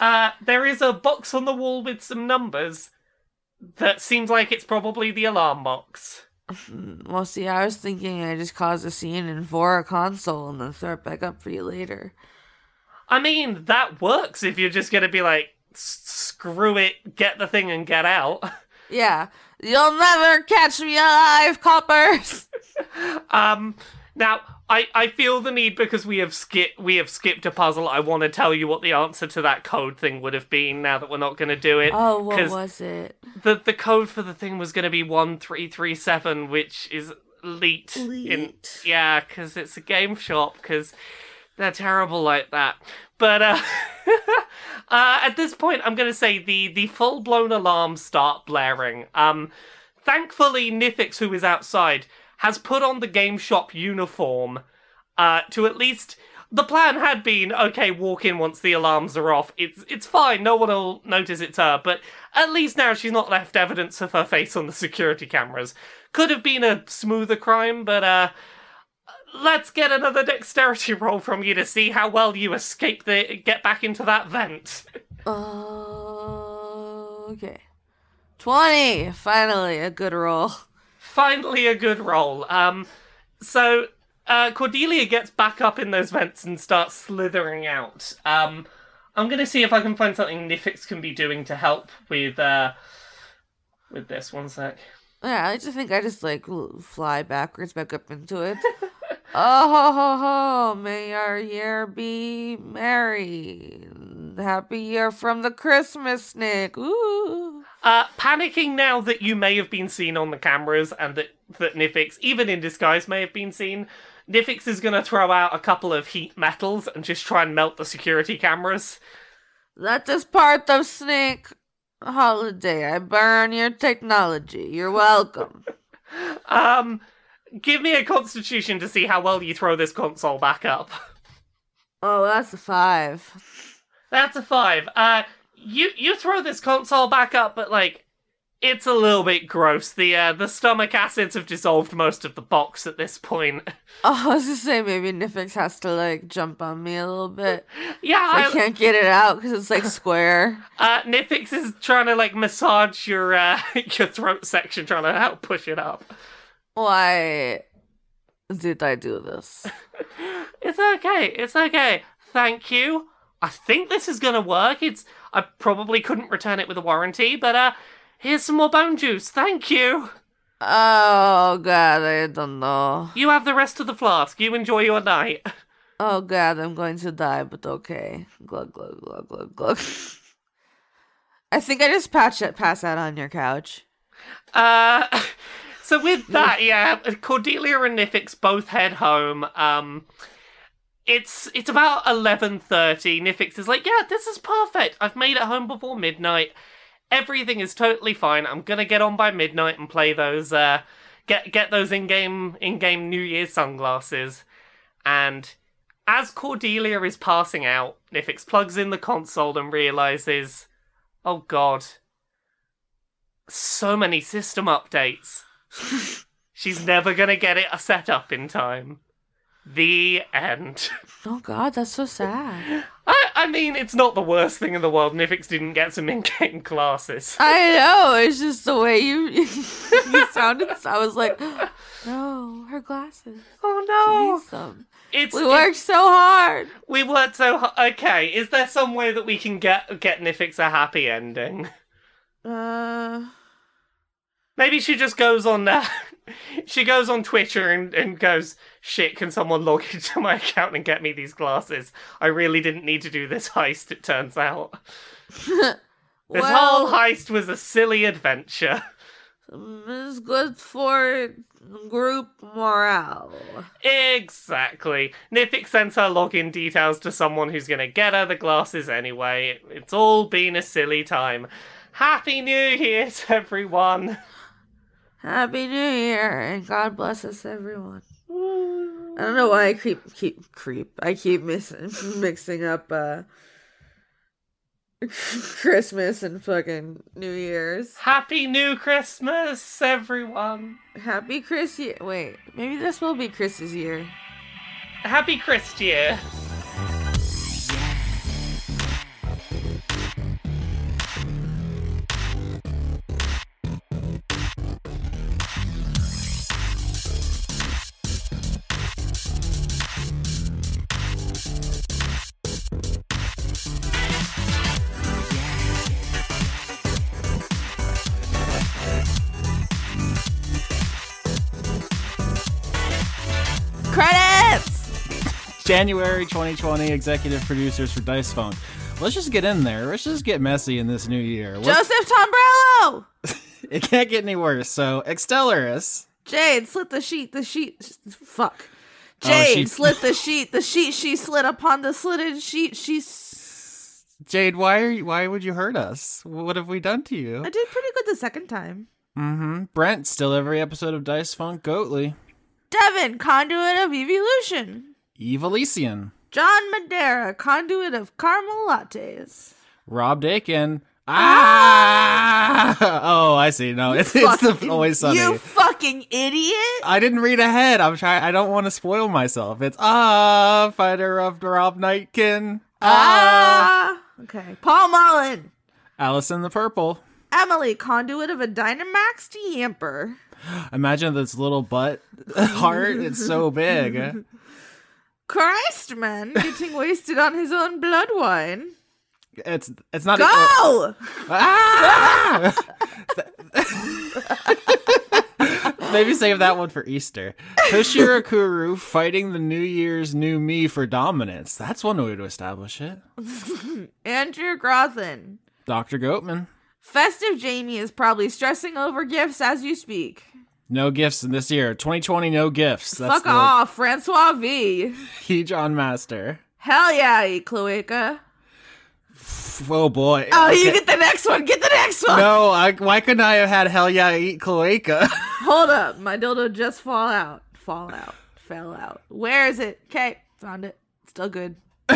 Speaker 1: Uh, there is a box on the wall with some numbers that seems like it's probably the alarm box.
Speaker 5: Well, see, I was thinking I just cause a scene and vor a console and then throw it back up for you later.
Speaker 1: I mean, that works if you're just going to be like, "S- screw it, get the thing and get out. <laughs>
Speaker 5: Yeah, you'll never catch me alive, coppers.
Speaker 1: Um, now I, I feel the need because we have skipped we have skipped a puzzle. I want to tell you what the answer to that code thing would have been. Now that we're not going to do it,
Speaker 5: <laughs> Oh, what
Speaker 1: 'Cause-
Speaker 5: was it?
Speaker 1: the the code for the thing was going to be one three three seven, which is leet. In,
Speaker 5: Leet.
Speaker 1: yeah, because it's a game shop. Because they're terrible like that. But uh, <laughs> uh, at this point, I'm going to say the the full blown alarms start blaring. Um, thankfully, Nifix, who is outside, has put on the game shop uniform. Uh, to at least the plan had been okay. Walk in once the alarms are off. It's it's fine. No one will notice it's her. But at least now she's not left evidence of her face on the security cameras. Could have been a smoother crime, but uh, let's get another dexterity <laughs> roll from you to see how well you escape the get back into that vent.
Speaker 5: Uh, Okay. 20! Finally, a good roll.
Speaker 1: Finally, a good roll. Um, so uh, Cordelia gets back up in those vents and starts slithering out. Um, I'm gonna see if I can find something Nifix can be doing to help with uh, with this. One sec.
Speaker 5: Yeah, I just think I just like l- fly backwards back up into it. oh ho ho ho! May our year be merry. Happy year from the Christmas snake. Ooh.
Speaker 1: Uh, panicking now that you may have been seen on the cameras and that, that Nifix, even in disguise, may have been seen, Nifix is going to throw out a couple of heat metals and just try and melt the security cameras.
Speaker 5: Let this part of snake holiday. I burn your technology. You're welcome.
Speaker 1: Um, give me a constitution to see how well you throw this console back up.
Speaker 5: oh, that's a five.
Speaker 1: That's a five. Uh, you you throw this console back up, but like, it's a little bit gross. The uh, the stomach acids have dissolved most of the box at this point. <laughs>
Speaker 5: Oh, I was just saying maybe Nifix has to like jump on me a little bit.
Speaker 1: yeah,
Speaker 5: I can't get it out because it's like square.
Speaker 1: Uh, Nifix is trying to like massage your uh, <laughs> your throat section, trying to help push it up.
Speaker 5: <laughs> Why did I do this?
Speaker 1: It's okay. It's okay. Thank you. I think this is gonna work. It's I probably couldn't return it with a warranty, but uh, here's some more bone juice. Thank you.
Speaker 5: Oh god, I don't know.
Speaker 1: You have the rest of the flask. You enjoy your night.
Speaker 5: Oh god, I'm going to die, but okay. Glug glug glug glug glug. <laughs> I think I just patch it, pass out on your couch.
Speaker 1: Uh, <laughs> so with that, yeah, Cordelia and Nifix both head home. Um, it's it's about eleven thirty. Nifix is like, yeah, this is perfect. I've made it home before midnight. Everything is totally fine. I'm gonna get on by midnight and play those. Uh, get get those in game in game New Year's sunglasses. And as Cordelia is passing out, Nifix plugs in the console and realizes, oh god so many <laughs> system updates. She's never gonna get it set up in time. The end.
Speaker 5: Oh God, that's so sad.
Speaker 1: I, I mean, it's not the worst thing in the world. Nifix didn't get some in-game classes.
Speaker 5: I know. It's just the way you <laughs> you sounded. I was like, <gasps> no, her glasses. She
Speaker 1: Oh
Speaker 5: needs them.
Speaker 1: no! It's
Speaker 5: We worked so hard.
Speaker 1: we worked so hard. Okay, is there some way that we can get get Nifix a happy ending?
Speaker 5: Uh,
Speaker 1: Maybe she just goes on uh, <laughs> she goes on Twitter and, and goes, shit, can someone log <laughs> into my account and get me these glasses? I really didn't need to do this heist, it turns out. This
Speaker 5: well,
Speaker 1: whole heist was a silly adventure. <laughs>
Speaker 5: it's good for group morale.
Speaker 1: Exactly. Nifix sends her login details to someone who's going to get her the glasses anyway. It's all been a silly time. Happy New Year's, <laughs> everyone!
Speaker 5: Happy New Year and God bless us, everyone. I don't know why I keep keep creep. I keep missing <laughs> mixing up uh <laughs> Christmas and fucking New Year's.
Speaker 1: Happy New Christmas, everyone!
Speaker 5: Happy Chris year. Wait, maybe this will be Chris's year.
Speaker 1: Happy Christ Year!
Speaker 5: Credits.
Speaker 6: January 2020 executive producers for Dice Phone. Let's just get in there. Let's just get messy in this new year. What-
Speaker 5: Joseph Tombrello.
Speaker 6: it can't get any worse. So, Extellaris.
Speaker 5: Jade slit the sheet. The sheet. Fuck.
Speaker 6: Oh,
Speaker 5: Jade
Speaker 6: <laughs> she-
Speaker 5: slit the sheet. The sheet she slid upon the slitted sheet. She. S-
Speaker 6: Jade, why are you, why would you hurt us? What have we done to you?
Speaker 5: I did pretty good the second time.
Speaker 6: Mm-hmm. Brent, still every episode of Dice Phone. Goatly.
Speaker 5: Devin, conduit of evolution.
Speaker 6: Eve Elysian.
Speaker 5: John Madera, conduit of caramel lattes.
Speaker 6: Rob Dakin. Ah! Oh, I see. No, it's, it's the Uh.
Speaker 5: Fucking-
Speaker 6: always sunny.
Speaker 5: You fucking idiot!
Speaker 6: I didn't read ahead. I'm trying. I don't want to spoil myself. It's ah, fighter of Rob Nightkin. Ah,
Speaker 5: Ah. Okay. Paul Mullen,
Speaker 6: Alice in the Purple.
Speaker 5: Emily, conduit of a Dynamaxed Yamper.
Speaker 6: Imagine this little butt <laughs> heart. It's so big.
Speaker 5: Christman,
Speaker 6: <laughs>
Speaker 5: getting wasted on his own blood wine.
Speaker 6: It's it's not.
Speaker 5: Go!
Speaker 6: Ah! <laughs> Maybe save that one for Easter. Toshirakuru fighting the New Year's new me for dominance. That's one way to establish it.
Speaker 5: Andrew Grothin,
Speaker 6: Dr. Goatman.
Speaker 5: festive Jamie is probably stressing over gifts as you speak.
Speaker 6: No gifts in this year. 2020, no gifts. That's
Speaker 5: Fuck
Speaker 6: the
Speaker 5: off, Francois V.
Speaker 6: Key John Master.
Speaker 5: Hell yeah, E. Cloaca.
Speaker 6: Oh boy.
Speaker 5: Oh, you
Speaker 6: Okay.
Speaker 5: get the next one. Get the next one.
Speaker 6: No, I, why couldn't I have had Hell Yeah I Eat Cloaca? <laughs>
Speaker 5: Hold up, my dildo just fall out. Fall out. Fell out. Where is it? Okay, found it. Still good. <laughs>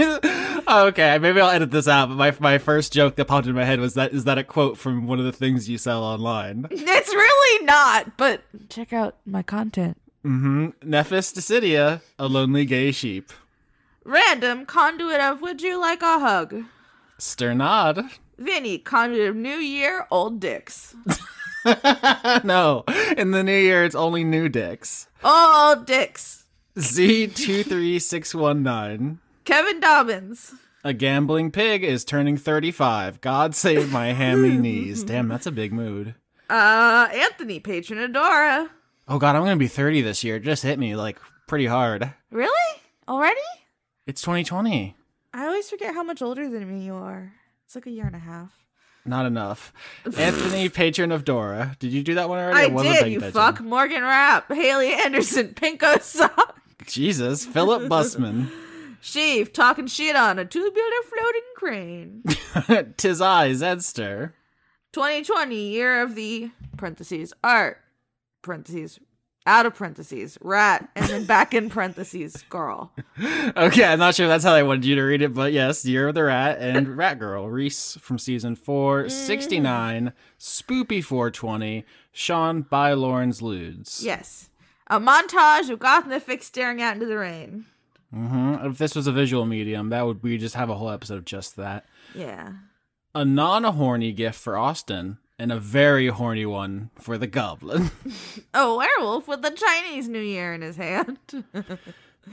Speaker 6: okay, maybe I'll edit this out, but my, my first joke that popped in my head was that is that a quote from one of the things you sell online? <laughs>
Speaker 5: It's really not, but check out my content.
Speaker 6: Mm-hmm. Nephis Decidia, a lonely gay sheep.
Speaker 5: Random conduit of would you like a hug?
Speaker 6: Sternad.
Speaker 5: Vinny, conduit of New Year, old dicks.
Speaker 6: <laughs> no, in the new year, it's only new dicks.
Speaker 5: Old dicks.
Speaker 6: Z23619.
Speaker 5: Kevin Dobbins.
Speaker 6: A gambling pig is turning 35. God save my hammy knees. Damn, that's a big mood.
Speaker 5: Uh Anthony, patron Adora.
Speaker 6: Oh god, I'm gonna be 30 this year. It just hit me like pretty hard.
Speaker 5: Really? Already?
Speaker 6: It's 2020.
Speaker 5: I always forget how much older than me you are. It's like a year and a half.
Speaker 6: Not enough.
Speaker 5: <laughs>
Speaker 6: Anthony, patron of Dora. Did you do that one already?
Speaker 5: I
Speaker 6: It was a
Speaker 5: did,
Speaker 6: big
Speaker 5: you
Speaker 6: pigeon.
Speaker 5: fuck. Morgan Rapp, Haley Anderson, <laughs> Pinko Sock, <laughs>
Speaker 6: Jesus, Philip Busman. <laughs>
Speaker 5: Sheaf, talking shit on a tubular floating crane.
Speaker 6: Tis I, Zedster.
Speaker 5: 2020, year of the parentheses art, parentheses out of parentheses rat, and then back in parentheses girl.
Speaker 6: Okay, I'm not sure if that's how they wanted you to read it, but yes, Year of the Rat
Speaker 5: <laughs>
Speaker 6: and Rat Girl. Reese from season
Speaker 5: Mm.
Speaker 6: 4, 69, Spoopy 420, Sean by Lawrence Ludes.
Speaker 5: Yes. A montage of Goth Nifix staring out into the rain.
Speaker 6: Mm-hmm. If this was a visual medium, that would we just have a whole episode of just that.
Speaker 5: Yeah.
Speaker 6: A non-horny gift for Austin and a very horny one for the goblin. <laughs>
Speaker 5: A werewolf with the Chinese New Year in his hand. <laughs>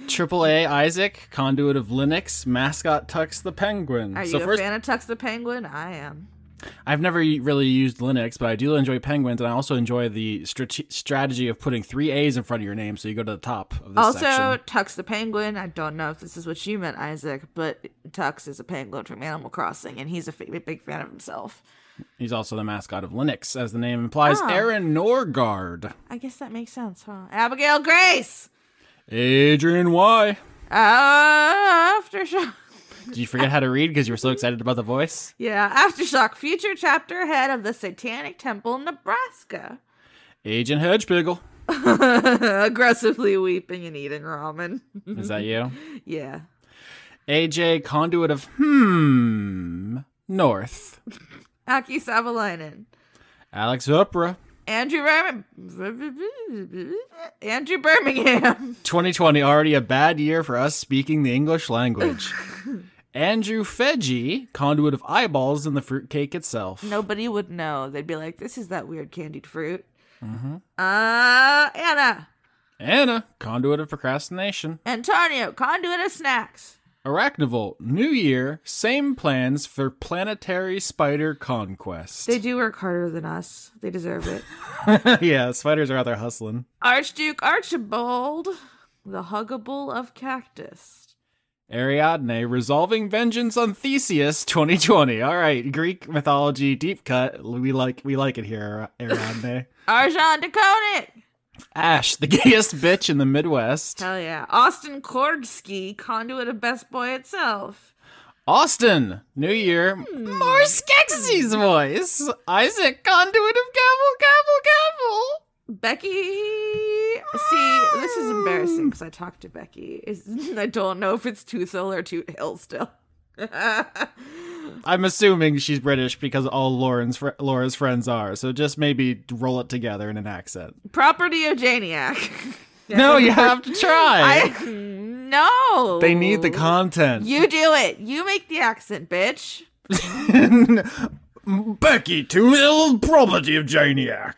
Speaker 6: Triple A Isaac, conduit of Linux, mascot Tux the Penguin.
Speaker 5: Are
Speaker 6: so
Speaker 5: you
Speaker 6: first,
Speaker 5: a fan of Tux the Penguin? I am.
Speaker 6: I've never really used Linux, but I do enjoy penguins, and I also enjoy the strate- strategy of putting three A's in front of your name, so you go to the top of the
Speaker 5: also,
Speaker 6: section.
Speaker 5: Tux the Penguin. I don't know if this is what you meant, Isaac, but Tux is a penguin from Animal Crossing, and he's a f- big fan of himself.
Speaker 6: He's also the mascot of Linux, as the name implies.
Speaker 5: Oh.
Speaker 6: Aaron Norgard,
Speaker 5: I guess that makes sense, huh? Abigail Grace!
Speaker 6: Adrian Y.
Speaker 5: Uh, Aftershock. <laughs>
Speaker 6: Did you forget how to read because you were so excited about the voice?
Speaker 5: Yeah, Aftershock, future chapter head of the Satanic Temple, Nebraska.
Speaker 6: Agent Hedgepiggle,
Speaker 5: Aggressively weeping and eating ramen. <laughs>
Speaker 6: is that you?
Speaker 5: Yeah.
Speaker 6: AJ, conduit of hmm North.
Speaker 5: Aki Savalainen.
Speaker 6: Alex Upra,
Speaker 5: Andrew Berman. Andrew Birmingham. <laughs>
Speaker 6: 2020 already a bad year for us speaking the English language. Andrew Fedgy, conduit of eyeballs in the fruitcake itself.
Speaker 5: Nobody would know. They'd be like, this is that weird candied fruit. Uh, Anna.
Speaker 6: Anna, conduit of procrastination.
Speaker 5: Antonio, conduit of snacks.
Speaker 6: Arachnivolt, new year, same plans for planetary spider conquest.
Speaker 5: They do work harder than us. They deserve it.
Speaker 6: <laughs> yeah, spiders are out there hustling.
Speaker 5: Archduke Archibald, the huggable of cactus.
Speaker 6: Ariadne, resolving vengeance on Theseus 2020. All right, Greek mythology deep cut. We like we like it here, Ariadne.
Speaker 5: Arjan de Koenig.
Speaker 6: Ash, the gayest bitch in the Midwest.
Speaker 5: Hell yeah. Austin Korgsky, conduit of Best Boy itself.
Speaker 6: Austin, New Year,
Speaker 5: Hmm.
Speaker 6: more Skeksis voice. Isaac, conduit of Gabble, Gabble, Gabble.
Speaker 5: Becky. See, this is embarrassing because I talked to Becky. It's- <laughs> I don't know if it's Tooth Hill or Toot Hill still.
Speaker 6: I'm assuming she's British because all Lauren's fr- Laura's friends are. So just maybe roll it together in an accent.
Speaker 5: Property of Janiac.
Speaker 6: No, you have to try.
Speaker 5: I, no.
Speaker 6: They need the content.
Speaker 5: You do it. You make the accent, bitch.
Speaker 6: <laughs> Becky to ill property of Janiac.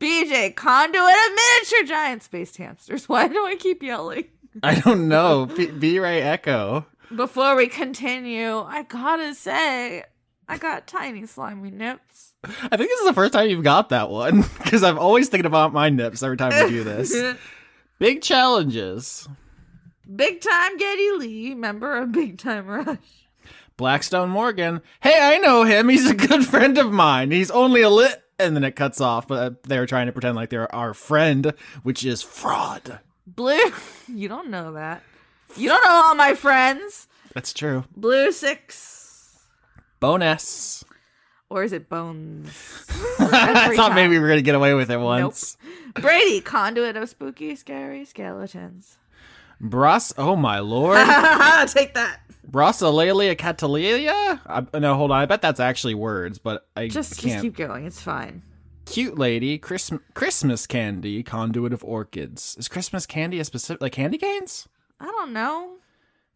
Speaker 5: BJ, conduit of miniature giant spaced hamsters. <laughs> Why do I keep yelling?
Speaker 6: I don't know. B- B-Ray Echo.
Speaker 5: Before we continue, I gotta say, I got tiny slimy nips.
Speaker 6: I think this is the first time you've got that one <laughs> because I'm always thinking about my nips every time we
Speaker 5: <laughs>
Speaker 6: do this. Big challenges.
Speaker 5: Big time Getty Lee, member of Big Time Rush.
Speaker 6: Blackstone Morgan. Hey, I know him. He's a good friend of mine. He's only a lit. And then it cuts off, but they're trying to pretend like they're our friend, which is fraud.
Speaker 5: Blue, <laughs> you don't know that. You don't know all my friends.
Speaker 6: That's true.
Speaker 5: Blue Six, <laughs>
Speaker 6: Bonus.
Speaker 5: or is it Bones?
Speaker 6: I
Speaker 5: Every
Speaker 6: thought
Speaker 5: time.
Speaker 6: maybe we were going to get away with it once.
Speaker 5: Brady, conduit of spooky, scary skeletons. <laughs>
Speaker 6: Bras. Oh, my lord.
Speaker 5: Take that.
Speaker 6: Brasalelia Catalelia? I- Uh, No, hold on. I bet that's actually words, but I
Speaker 5: Just, just
Speaker 6: can't.
Speaker 5: keep going. It's fine.
Speaker 6: Cute lady. Christm- Christmas candy. Conduit of orchids. Is Christmas candy a specific. Like candy canes?
Speaker 5: I don't know.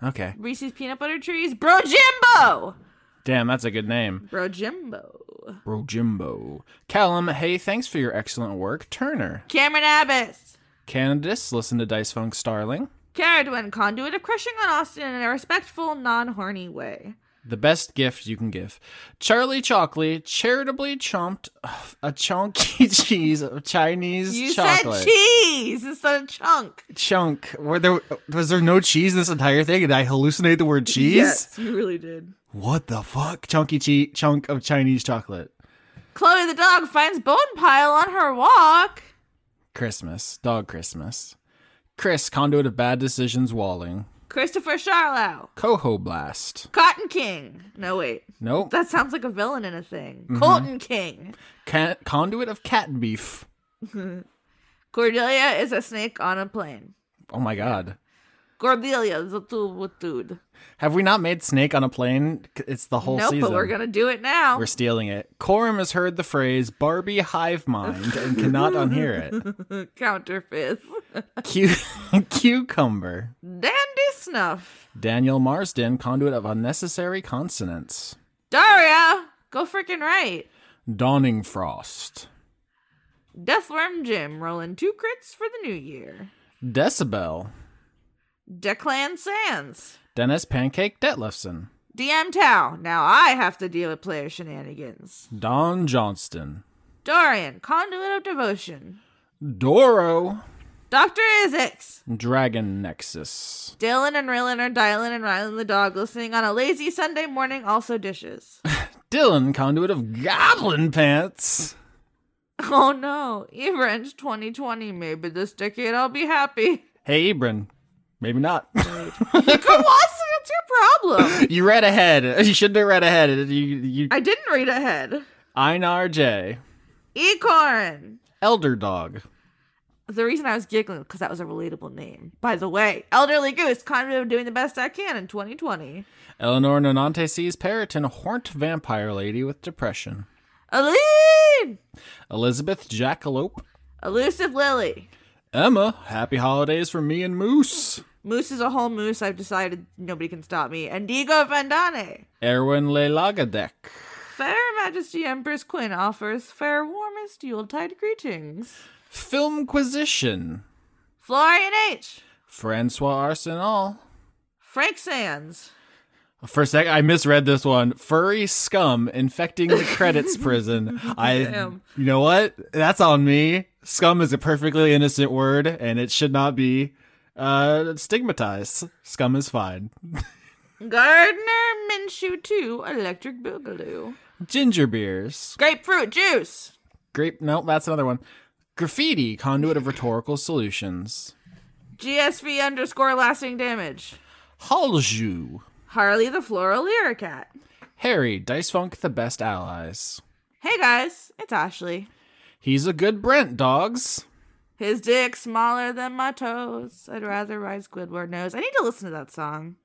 Speaker 6: Okay.
Speaker 5: Reese's peanut butter trees. Bro Jimbo.
Speaker 6: Damn, that's a good name.
Speaker 5: Bro Jimbo.
Speaker 6: Bro Jimbo. Callum, hey, thanks for your excellent work. Turner.
Speaker 5: Cameron Abbas.
Speaker 6: Candice, listen to Dice Funk Starling.
Speaker 5: Caradwin, conduit of crushing on Austin in a respectful, non horny way.
Speaker 6: The best gift you can give. Charlie Chalkley, charitably chomped <sighs> a chunky <laughs> cheese of Chinese
Speaker 5: You
Speaker 6: chocolate.
Speaker 5: said cheese instead of chunk.
Speaker 6: Chunk. Were there, was there no cheese in this entire thing? Did I hallucinate the word cheese?
Speaker 5: you really did.
Speaker 6: What the fuck? Chunky cheese, chunk of Chinese chocolate.
Speaker 5: Chloe the dog finds bone pile on her walk.
Speaker 6: Christmas. Dog Christmas. Chris, conduit of bad decisions, Walling.
Speaker 5: Christopher Charlow.
Speaker 6: Coho Blast.
Speaker 5: Cotton King. No, wait.
Speaker 6: Nope.
Speaker 5: That sounds like a villain in a thing.
Speaker 6: Mm-hmm.
Speaker 5: Colton King.
Speaker 6: Can- conduit of cat beef.
Speaker 5: Cordelia is a snake on a plane.
Speaker 6: Oh my god.
Speaker 5: Cordelia, the two with dude.
Speaker 6: Have we not made Snake on a Plane? C- It's the whole
Speaker 5: Nope,
Speaker 6: season.
Speaker 5: but we're gonna do it now.
Speaker 6: We're stealing it. Corum has heard the phrase Barbie hive mind
Speaker 5: <laughs>
Speaker 6: and cannot unhear it.
Speaker 5: Counterfeit.
Speaker 6: Cu- <laughs> cucumber.
Speaker 5: Dandy snuff.
Speaker 6: Daniel Marsden, conduit of unnecessary consonants.
Speaker 5: Daria, go freaking right.
Speaker 6: Dawning Frost.
Speaker 5: Deathworm Jim rolling two crits for the new year.
Speaker 6: Decibel.
Speaker 5: Declan Sands.
Speaker 6: Dennis Pancake Detlefson.
Speaker 5: DM Tau. Now I have to deal with player shenanigans.
Speaker 6: Don Johnston.
Speaker 5: Dorian, conduit of devotion.
Speaker 6: Doro.
Speaker 5: Dr. Isix.
Speaker 6: Dragon Nexus.
Speaker 5: Dylan and Rylan are Dylan and Rylan the dog listening on a lazy Sunday morning, also dishes. <laughs>
Speaker 6: Dylan, conduit of Goblin Pants.
Speaker 5: oh no, Ever ends 2020. Maybe this decade I'll be happy. <laughs>
Speaker 6: Hey, Ebron. Maybe not. <laughs>
Speaker 5: Go Watson, it's your problem.
Speaker 6: you read ahead. <laughs> You shouldn't have read ahead. You, you,
Speaker 5: I didn't read ahead.
Speaker 6: Einar J.
Speaker 5: Ecorn.
Speaker 6: Elder Dog.
Speaker 5: The reason I was giggling because that was a relatable name. By the way, Elderly Goose, conduit of doing the best I can in 2020.
Speaker 6: Eleanor Nonante sees Periton, horned vampire lady with depression.
Speaker 5: Aline!
Speaker 6: Elizabeth Jackalope.
Speaker 5: Elusive Lily.
Speaker 6: Emma, happy holidays from me and Moose.
Speaker 5: Moose is a whole moose. I've decided nobody can stop me. And Diego Vandane.
Speaker 6: Erwin Lelagadec.
Speaker 5: Fair Majesty Empress Quinn offers fair warmest Yuletide greetings.
Speaker 6: Filmquisition.
Speaker 5: Florian H.
Speaker 6: Francois Arsenal.
Speaker 5: Frank Sands.
Speaker 6: For a sec, I misread this one. Furry scum infecting the credits prison. I,
Speaker 5: Damn.
Speaker 6: you know what? That's on me. Scum is a perfectly innocent word, and it should not be uh, stigmatized. Scum is fine.
Speaker 5: Gardner Minshew 2 Electric Boogaloo.
Speaker 6: Ginger beers.
Speaker 5: Grapefruit Juice.
Speaker 6: Grape. No, that's another one. Graffiti, conduit of rhetorical solutions.
Speaker 5: GSV underscore lasting damage.
Speaker 6: Halju.
Speaker 5: Harley the Floral Lyric Cat.
Speaker 6: Harry, Dice Funk, the best allies.
Speaker 5: Hey guys, it's Ashley.
Speaker 6: He's a good Brent, dogs.
Speaker 5: His dick smaller than my toes. I'd rather ride Squidward nose. I need to listen to that song.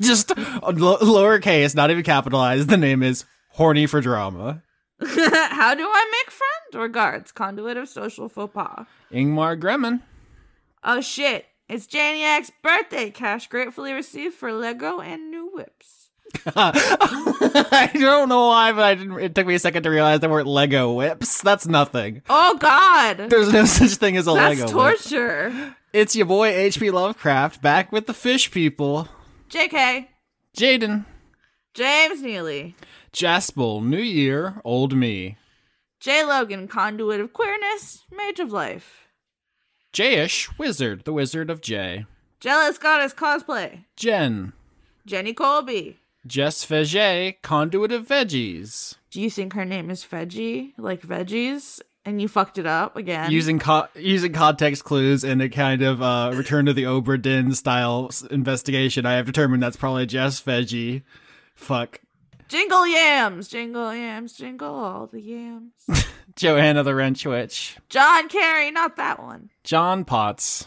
Speaker 6: Just uh, lo- lowercase, not even capitalized. The name is Horny for Drama.
Speaker 5: <laughs> How do I make friend? Or guards, conduit of social faux pas.
Speaker 6: Ingmar Gremmin.
Speaker 5: Oh shit, it's Janiac's birthday. Cash gratefully received for Lego and new whips.
Speaker 6: <laughs> I don't know why, but I didn't, it took me a second to realize they weren't Lego whips. That's nothing.
Speaker 5: Oh god!
Speaker 6: There's no <laughs> such thing as a
Speaker 5: That's
Speaker 6: Lego whip.
Speaker 5: torture.
Speaker 6: It's your boy H.P. Lovecraft back with the fish people.
Speaker 5: JK,
Speaker 6: Jaden,
Speaker 5: James Neely,
Speaker 6: Jaspel, New Year, Old Me.
Speaker 5: J Logan, conduit of queerness, mage of life.
Speaker 6: Jayish, Wizard, the Wizard of J.
Speaker 5: Jealous goddess cosplay,
Speaker 6: Jen,
Speaker 5: Jenny Colby.
Speaker 6: Jess Veggie, Conduit of Veggies.
Speaker 5: Do you think her name is Veggie, like veggies? And you fucked it up again.
Speaker 6: using co- using context clues and a kind of uh, return to the Oberdin style s- investigation, I have determined that's probably just veggie. Fuck
Speaker 5: jingle yams, jingle yams, jingle all the yams.
Speaker 6: Joanna the Wrench Witch,
Speaker 5: John Kerry, not that one.
Speaker 6: John Potts,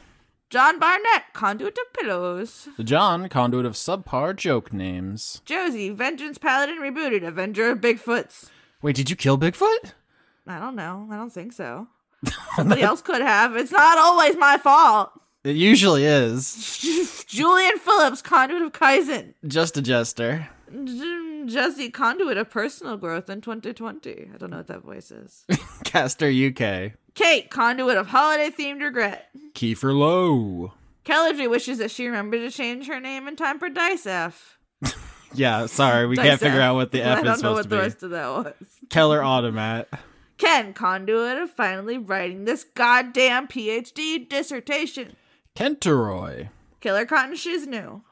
Speaker 5: John Barnett, conduit of pillows.
Speaker 6: the John conduit of subpar joke names.
Speaker 5: Josie, Vengeance Paladin rebooted, Avenger of Bigfoots.
Speaker 6: Wait, did you kill Bigfoot?
Speaker 5: I don't know. I don't think so.
Speaker 6: <laughs>
Speaker 5: Somebody else could have. It's not always my fault. <laughs>
Speaker 6: It usually is.
Speaker 5: Julian Phillips, conduit of Kaizen. <laughs>
Speaker 6: Just a jester.
Speaker 5: Mm, Jesse, conduit of personal growth in 2020. I don't know what that voice
Speaker 6: <laughs>
Speaker 5: is.
Speaker 6: Caster UK.
Speaker 5: Kate, conduit of holiday themed regret.
Speaker 6: Kiefer Lowe.
Speaker 5: Kelladry wishes that she remembered to change her name in time for Dice F.
Speaker 6: Yeah,
Speaker 5: <laughs>
Speaker 6: sorry, we can't
Speaker 5: Dice
Speaker 6: figure
Speaker 5: F.
Speaker 6: out what the F
Speaker 5: I
Speaker 6: is
Speaker 5: don't know
Speaker 6: supposed
Speaker 5: what the
Speaker 6: to be.
Speaker 5: rest of that was.
Speaker 6: Keller Automat.
Speaker 5: Ken, conduit of finally writing this goddamn PhD dissertation.
Speaker 6: Kenteroy.
Speaker 5: Killer Cotton Shiznu.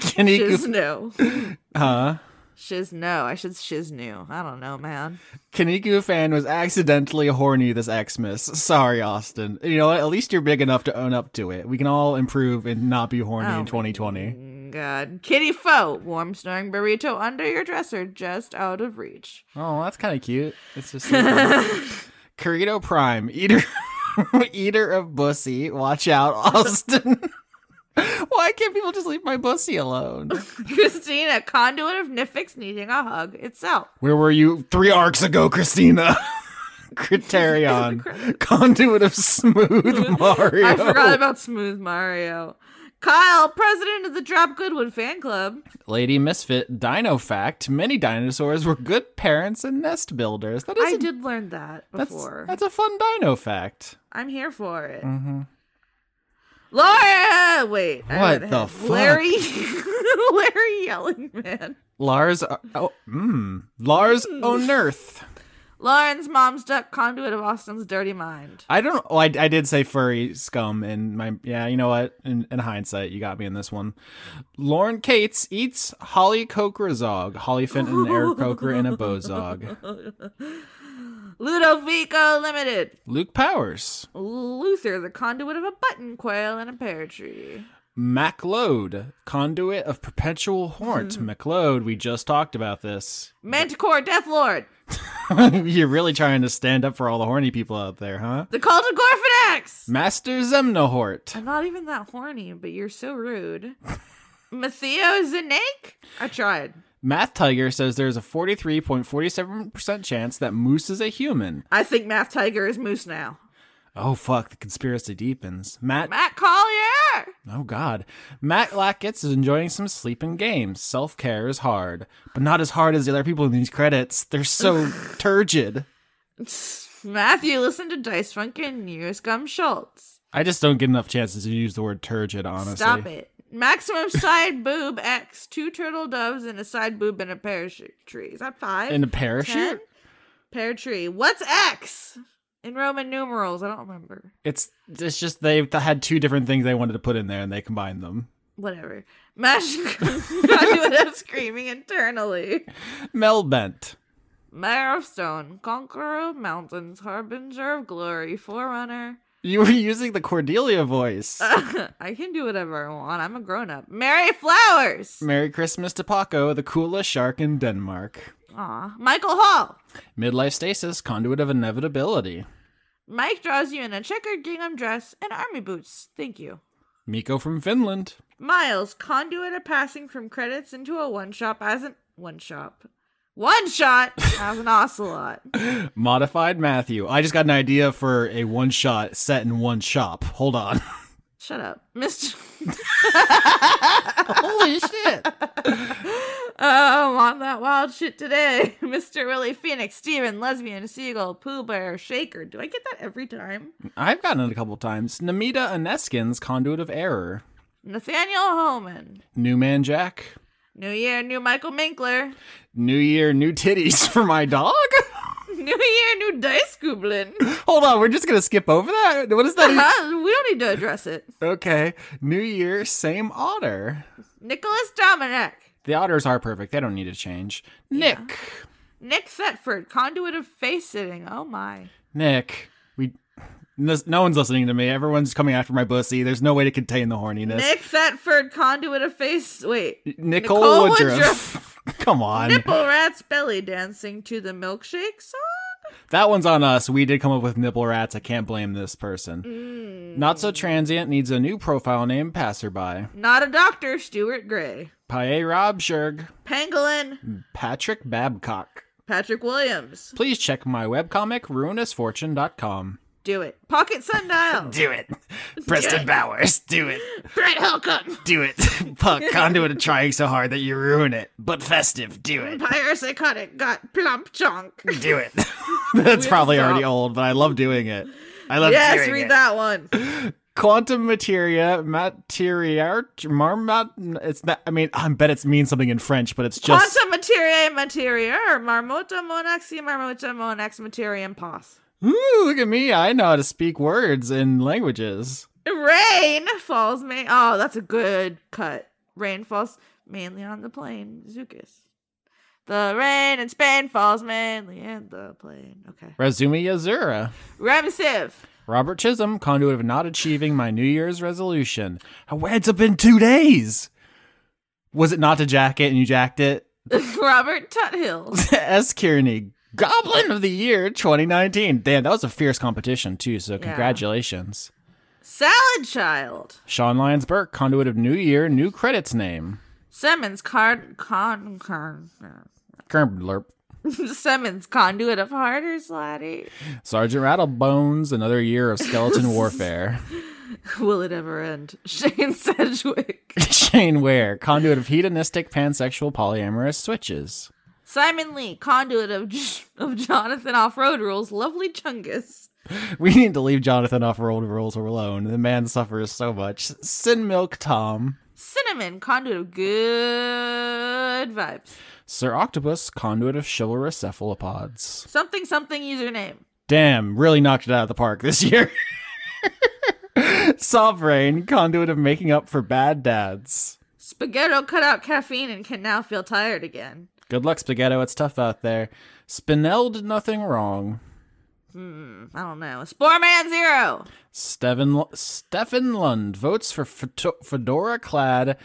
Speaker 6: Kenny Gu-
Speaker 5: Shiznu.
Speaker 6: <laughs> Huh?
Speaker 5: Shizno. I should Shiznu. I don't know, man.
Speaker 6: Kaniku fan was accidentally horny this Xmas. Sorry, Austin. You know what? At least you're big enough to own up to it. We can all improve and not be horny
Speaker 5: Oh.
Speaker 6: in 2020.
Speaker 5: Mm, God. Kitty Foe, warm snoring burrito under your dresser, just out of
Speaker 6: <laughs>
Speaker 5: reach.
Speaker 6: Oh, that's kind of cute. It's <laughs> just <laughs> Corito Prime, eater, eater of bussy. Watch out, Austin. <laughs> Why can't people just leave my pussy alone?
Speaker 5: Christina, conduit of Nifix needing a hug itself.
Speaker 6: Where were you three arcs ago, Christina? <laughs> Criterion, conduit of <laughs> smooth Mario.
Speaker 5: I forgot about Smooth Mario. Kyle, president of the Drop Goodwood fan club.
Speaker 6: Lady Misfit, Dino Fact: Many dinosaurs were good parents and nest builders. That is
Speaker 5: I
Speaker 6: a-
Speaker 5: did learn that
Speaker 6: that's,
Speaker 5: before.
Speaker 6: that's a fun Dino Fact.
Speaker 5: I'm here for it.
Speaker 6: Mm-hmm.
Speaker 5: Laura, wait. I
Speaker 6: What
Speaker 5: read
Speaker 6: the
Speaker 5: ahead.
Speaker 6: fuck?
Speaker 5: Larry, <laughs> Larry Yelling Man.
Speaker 6: Lars, oh, mm, Lars
Speaker 5: Hmm.
Speaker 6: Onerth.
Speaker 5: Lauren's mom's duck conduit of Austin's dirty mind.
Speaker 6: I don't. Oh, I, I did say furry scum, and my yeah. You know what? In, in hindsight, you got me in this one. Lauren Cates eats Holly Cokerazog, Holly Fenton, Eric Coker, and a Bozog.
Speaker 5: Ludovico Limited.
Speaker 6: Luke Powers,
Speaker 5: Luther, the conduit of a button quail and a pear tree.
Speaker 6: MacLeod, conduit of perpetual haunt. MacLeod, we just talked about this. <laughs>
Speaker 5: Manticore Death Lord.
Speaker 6: You're really trying to stand up for all the horny people out there, huh?
Speaker 5: The cult of Gorfinax.
Speaker 6: Master Zemnohort,
Speaker 5: I'm not even that horny, but you're so
Speaker 6: <laughs>
Speaker 5: rude. Matteo Zanake? I tried.
Speaker 6: Math Tiger says there's a 43.47% chance that Moose is a human.
Speaker 5: I think Math Tiger is Moose now.
Speaker 6: Oh fuck, the conspiracy deepens. Matt
Speaker 5: Matt Collier!
Speaker 6: Oh God. Matt Lackitz is enjoying some sleep and games. Self care is hard, but not as hard as the other people in these credits.
Speaker 5: <sighs>
Speaker 6: They're so turgid.
Speaker 5: Matthew, listen to Dice Funkin' News Gum Schultz.
Speaker 6: I just don't get enough chances to use the word turgid, honestly.
Speaker 5: Stop it. Maximum side <laughs> boob X, two turtle doves and a side boob and a parachute tree. Is that five?
Speaker 6: In a parachute?
Speaker 5: Ten? Pear tree. What's X? In Roman numerals. I don't remember.
Speaker 6: It's it's just they had two different things they wanted to put in there and they combined them.
Speaker 5: Whatever. Mash conduit of screaming internally.
Speaker 6: Melbent.
Speaker 5: Mayor of Stone, Conqueror of Mountains, Harbinger of Glory, Forerunner.
Speaker 6: You were <laughs> using the
Speaker 5: <laughs>
Speaker 6: Cordelia voice.
Speaker 5: Ah. I can do whatever I want. I'm a grown up. Mary Flowers.
Speaker 6: Merry Christmas to Paco, the coolest shark in Denmark.
Speaker 5: Aw. Michael Hall.
Speaker 6: Midlife stasis, conduit of inevitability.
Speaker 5: Mike draws you in a checkered gingham dress and army boots. Thank you.
Speaker 6: Miko from Finland.
Speaker 5: Miles, conduit of passing from credits into a one shop as an one shop. One shot as an ocelot.
Speaker 6: Modified Matthew. I just got an idea for a one shot set in one shop. Hold on. <laughs>
Speaker 5: Shut up. Mr.
Speaker 6: Holy shit.
Speaker 5: <laughs> Oh, on that wild shit today. <laughs> Mr. Willie Phoenix, Steven, Lesbian, Seagull, Pooh Bear, Shaker. Do I get that every time?
Speaker 6: I've gotten it a couple times. Namita Aneskins, Conduit of Error.
Speaker 5: Nathaniel Homan.
Speaker 6: Newman Jack.
Speaker 5: New Year, new Michael Minkler. <laughs>
Speaker 6: New Year, new titties <laughs> for my dog?
Speaker 5: New Year, new Dice <laughs> Goblin.
Speaker 6: Hold on, we're just gonna skip over that? What is that? <laughs> even-
Speaker 5: Uh-huh, we don't need to address it.
Speaker 6: Okay. New Year, same otter.
Speaker 5: Nicholas Dominic.
Speaker 6: The otters are perfect. They don't need to change. Nick.
Speaker 5: Nick Thetford, conduit of face sitting. Oh my.
Speaker 6: Nick. We. This, no one's listening to me. Everyone's coming after my pussy. There's no way to contain the horniness.
Speaker 5: Nick Thetford, conduit of face. Wait.
Speaker 6: Nicole,
Speaker 5: Nicole
Speaker 6: Woodruff. <laughs> Come on.
Speaker 5: Nipple Rat's belly dancing to the milkshake song?
Speaker 6: That one's on us. We did come up with nipple rats. I can't blame this person.
Speaker 5: Mm.
Speaker 6: Not so transient needs a new profile name, passerby.
Speaker 5: Not a doctor, Stuart Gray.
Speaker 6: Paye Robsherg. Hmm.
Speaker 5: Pangolin,
Speaker 6: Patrick Babcock.
Speaker 5: Patrick Williams.
Speaker 6: Please check my webcomic, ruinousfortune.com.
Speaker 5: Do it. Pocket Sundial.
Speaker 6: <laughs> Do it. Preston Bowers, do it.
Speaker 5: Brett Helcott. <laughs>
Speaker 6: Do it. Puck, conduit of trying so hard that you ruin it. But festive, do it.
Speaker 5: Pyropsychotic got plump chunk.
Speaker 6: Do it. <laughs> That's probably already
Speaker 5: stop.
Speaker 6: old, but I love doing it. I love
Speaker 5: Yes,
Speaker 6: doing
Speaker 5: read
Speaker 6: it.
Speaker 5: that one.
Speaker 6: quantum materia materia marmot it's not i mean i bet it's means something in french but it's just
Speaker 5: Quantum materia materier, marmota monaxi, marmota monax materium pos.
Speaker 6: ooh look at me i know how to speak words in languages
Speaker 5: Rain falls main. Oh, that's a good cut. Rain falls mainly on the plain, Zucus. The rain in Spain falls mainly in the plain. Okay.
Speaker 6: razumi yazura
Speaker 5: Remisiv.
Speaker 6: robert chisholm conduit of not achieving my new year's resolution How- it's been two days was it not to jack it and you jacked it
Speaker 5: <laughs>
Speaker 6: <laughs>
Speaker 5: Robert Tuthill.
Speaker 6: s kearney goblin of the year 2019 damn that was a fierce competition too so congratulations
Speaker 5: Salad Child.
Speaker 6: Sean Lyons Burke, conduit of New Year, new credits name.
Speaker 5: Simmons card con con <laughs>
Speaker 6: Kerm Lerp.
Speaker 5: Simmons conduit of harder slotty. <laughs>
Speaker 6: Sergeant Rattlebones, another year of skeleton warfare. <laughs>
Speaker 5: Will it ever end? <laughs> Shane Sedgwick.
Speaker 6: Shane Ware, conduit of hedonistic, pansexual, polyamorous switches.
Speaker 5: Simon Lee, conduit of of Jonathan off road rules. Lovely Chungus.
Speaker 6: We need to leave Jonathan off road rules alone. The man suffers so much. Sin Milk Tom.
Speaker 5: Cinnamon, conduit of good vibes.
Speaker 6: Sir Octopus, conduit of chivalrous cephalopods.
Speaker 5: Something something username.
Speaker 6: Damn, really knocked it out of the park this <laughs> year. Sovereign, conduit of making up for bad dads.
Speaker 5: Spaghetto cut out caffeine and can now feel tired again.
Speaker 6: Good luck, Spaghetto. It's tough out there. Spinel did nothing wrong.
Speaker 5: Hmm, I don't know. Spore Man Zero.
Speaker 6: Stefan Stefan Lund votes for fedora clad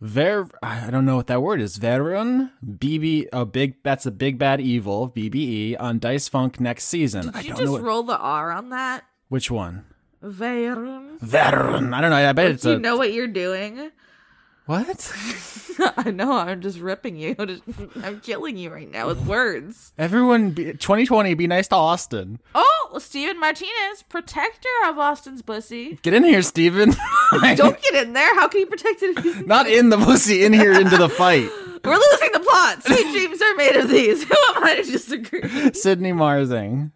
Speaker 6: Ver I don't know what that word is. Verun BB oh big that's a big bad evil BBE on Dice Funk next season.
Speaker 5: Did
Speaker 6: I
Speaker 5: you
Speaker 6: don't
Speaker 5: just
Speaker 6: know what,
Speaker 5: roll the R on that?
Speaker 6: which one.
Speaker 5: Verum.
Speaker 6: Verun. I don't know. I bet it's
Speaker 5: Do you
Speaker 6: a
Speaker 5: know what you're doing? <laughs>
Speaker 6: what?
Speaker 5: I know, I'm just ripping you. <laughs> I'm killing you right now with
Speaker 6: <sighs>
Speaker 5: words.
Speaker 6: Everyone be, 2020 be nice to Austin.
Speaker 5: Oh, Steven Martinez, protector of Austin's
Speaker 6: <laughs>
Speaker 5: pussy.
Speaker 6: Get in here, Steven.
Speaker 5: Don't get in there. How can you protect it? if
Speaker 6: <laughs>
Speaker 5: he's-
Speaker 6: not in the pussy in here into the fight.
Speaker 5: We're losing the plot. Sweet dreams are made of these. <laughs> Who am I to disagree?
Speaker 6: Sydney Marzing.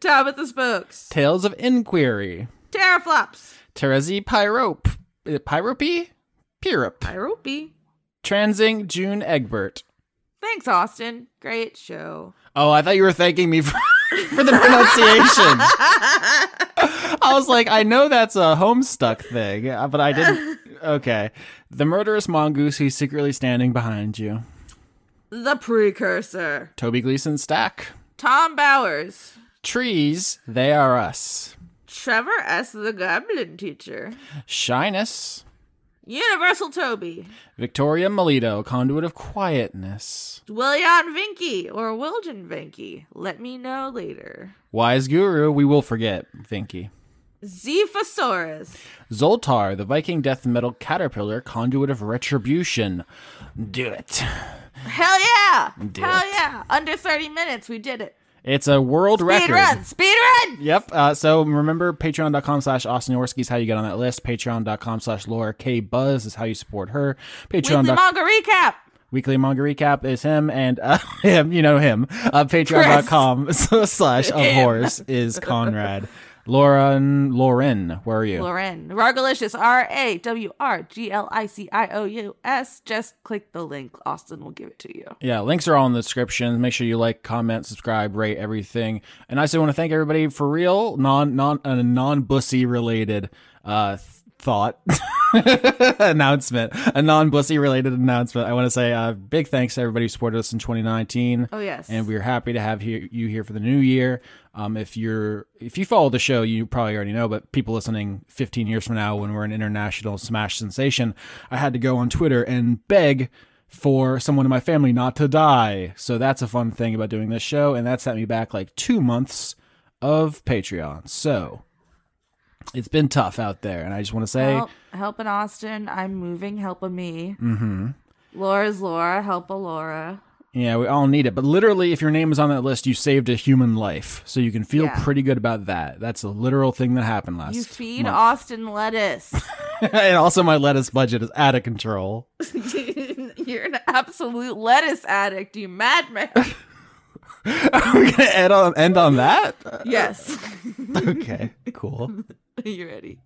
Speaker 5: Tabitha Spokes.
Speaker 6: Tales of Inquiry.
Speaker 5: Terraflops.
Speaker 6: Terezi Pyrope. Is it Pyrope? Pyrope.
Speaker 5: Irope.
Speaker 6: Transing June Egbert.
Speaker 5: Thanks, Austin. Great show.
Speaker 6: Oh, I thought you were thanking me for, <laughs> for the pronunciation. I was like, I know that's a Homestuck thing, uh, but I didn't. Okay. The murderous mongoose who's secretly standing behind you.
Speaker 5: The precursor.
Speaker 6: Toby Gleason Stack.
Speaker 5: Tom Bowers.
Speaker 6: Trees, they are us.
Speaker 5: Trevor S. the Goblin Teacher.
Speaker 6: Shyness.
Speaker 5: Universal Toby.
Speaker 6: Victoria Melito, conduit of quietness.
Speaker 5: William Vinky or Wiljan Vinky. Let me know later.
Speaker 6: Wise Guru, we will forget, Vinky.
Speaker 5: Zephosaurus.
Speaker 6: Zoltar, the Viking death metal caterpillar, conduit of retribution. Do it.
Speaker 5: Hell yeah!
Speaker 6: Do
Speaker 5: Hell
Speaker 6: it.
Speaker 5: yeah! Under 30 minutes, we did it.
Speaker 6: It's a world
Speaker 5: Speed
Speaker 6: record.
Speaker 5: run! Speed run!
Speaker 6: Yep. Uh, so remember, patreon.com slash Austin Orski is how you get on that list. Patreon.com slash Laura K. Buzz is how you support her. Patreon.
Speaker 5: Weekly manga recap!
Speaker 6: Weekly manga recap is him and uh, <laughs> him, you know him.
Speaker 5: <laughs>
Speaker 6: Uh, Patreon.com <laughs> slash of course is Conrad. Lauren, Lauren, where are you?
Speaker 5: Lauren. Rargalicious. R A W R G L I C I O U S. Just click the link. Austin will give it to you.
Speaker 6: Yeah, links are all in the description. Make sure you like, comment, subscribe, rate everything. And I also want to thank everybody for real, non non a non bussy related uh th- thought <laughs> announcement, a non bussy related announcement. I want to say uh, big thanks to everybody who supported us in 2019.
Speaker 5: Oh, yes.
Speaker 6: And we're happy to have he- you here for the new year. Um, if you're if you follow the show, you probably already know, but people listening 15 years from now, when we're an international smash sensation, I had to go on Twitter and beg for someone in my family not to die. So that's a fun thing about doing this show, and that set me back like two months of Patreon. So it's been tough out there, and I just want to say,
Speaker 5: Help, helping Austin. I'm moving. Help a me.
Speaker 6: hmm
Speaker 5: Laura's Laura. Help a Laura.
Speaker 6: yeah, we all need it. But literally, if your name is on that list, you saved a human life, so you can feel
Speaker 5: Yeah.
Speaker 6: pretty good about that. That's a literal thing that happened last. <laughs>
Speaker 5: You feed
Speaker 6: month.
Speaker 5: Austin lettuce. <laughs>
Speaker 6: and also my lettuce budget is out of control. <laughs>
Speaker 5: You're an absolute lettuce addict, you
Speaker 6: <laughs>
Speaker 5: madman.
Speaker 6: Are
Speaker 5: <laughs>
Speaker 6: we gonna end on end on that?
Speaker 5: yes.
Speaker 6: Okay, cool.
Speaker 5: Are you ready?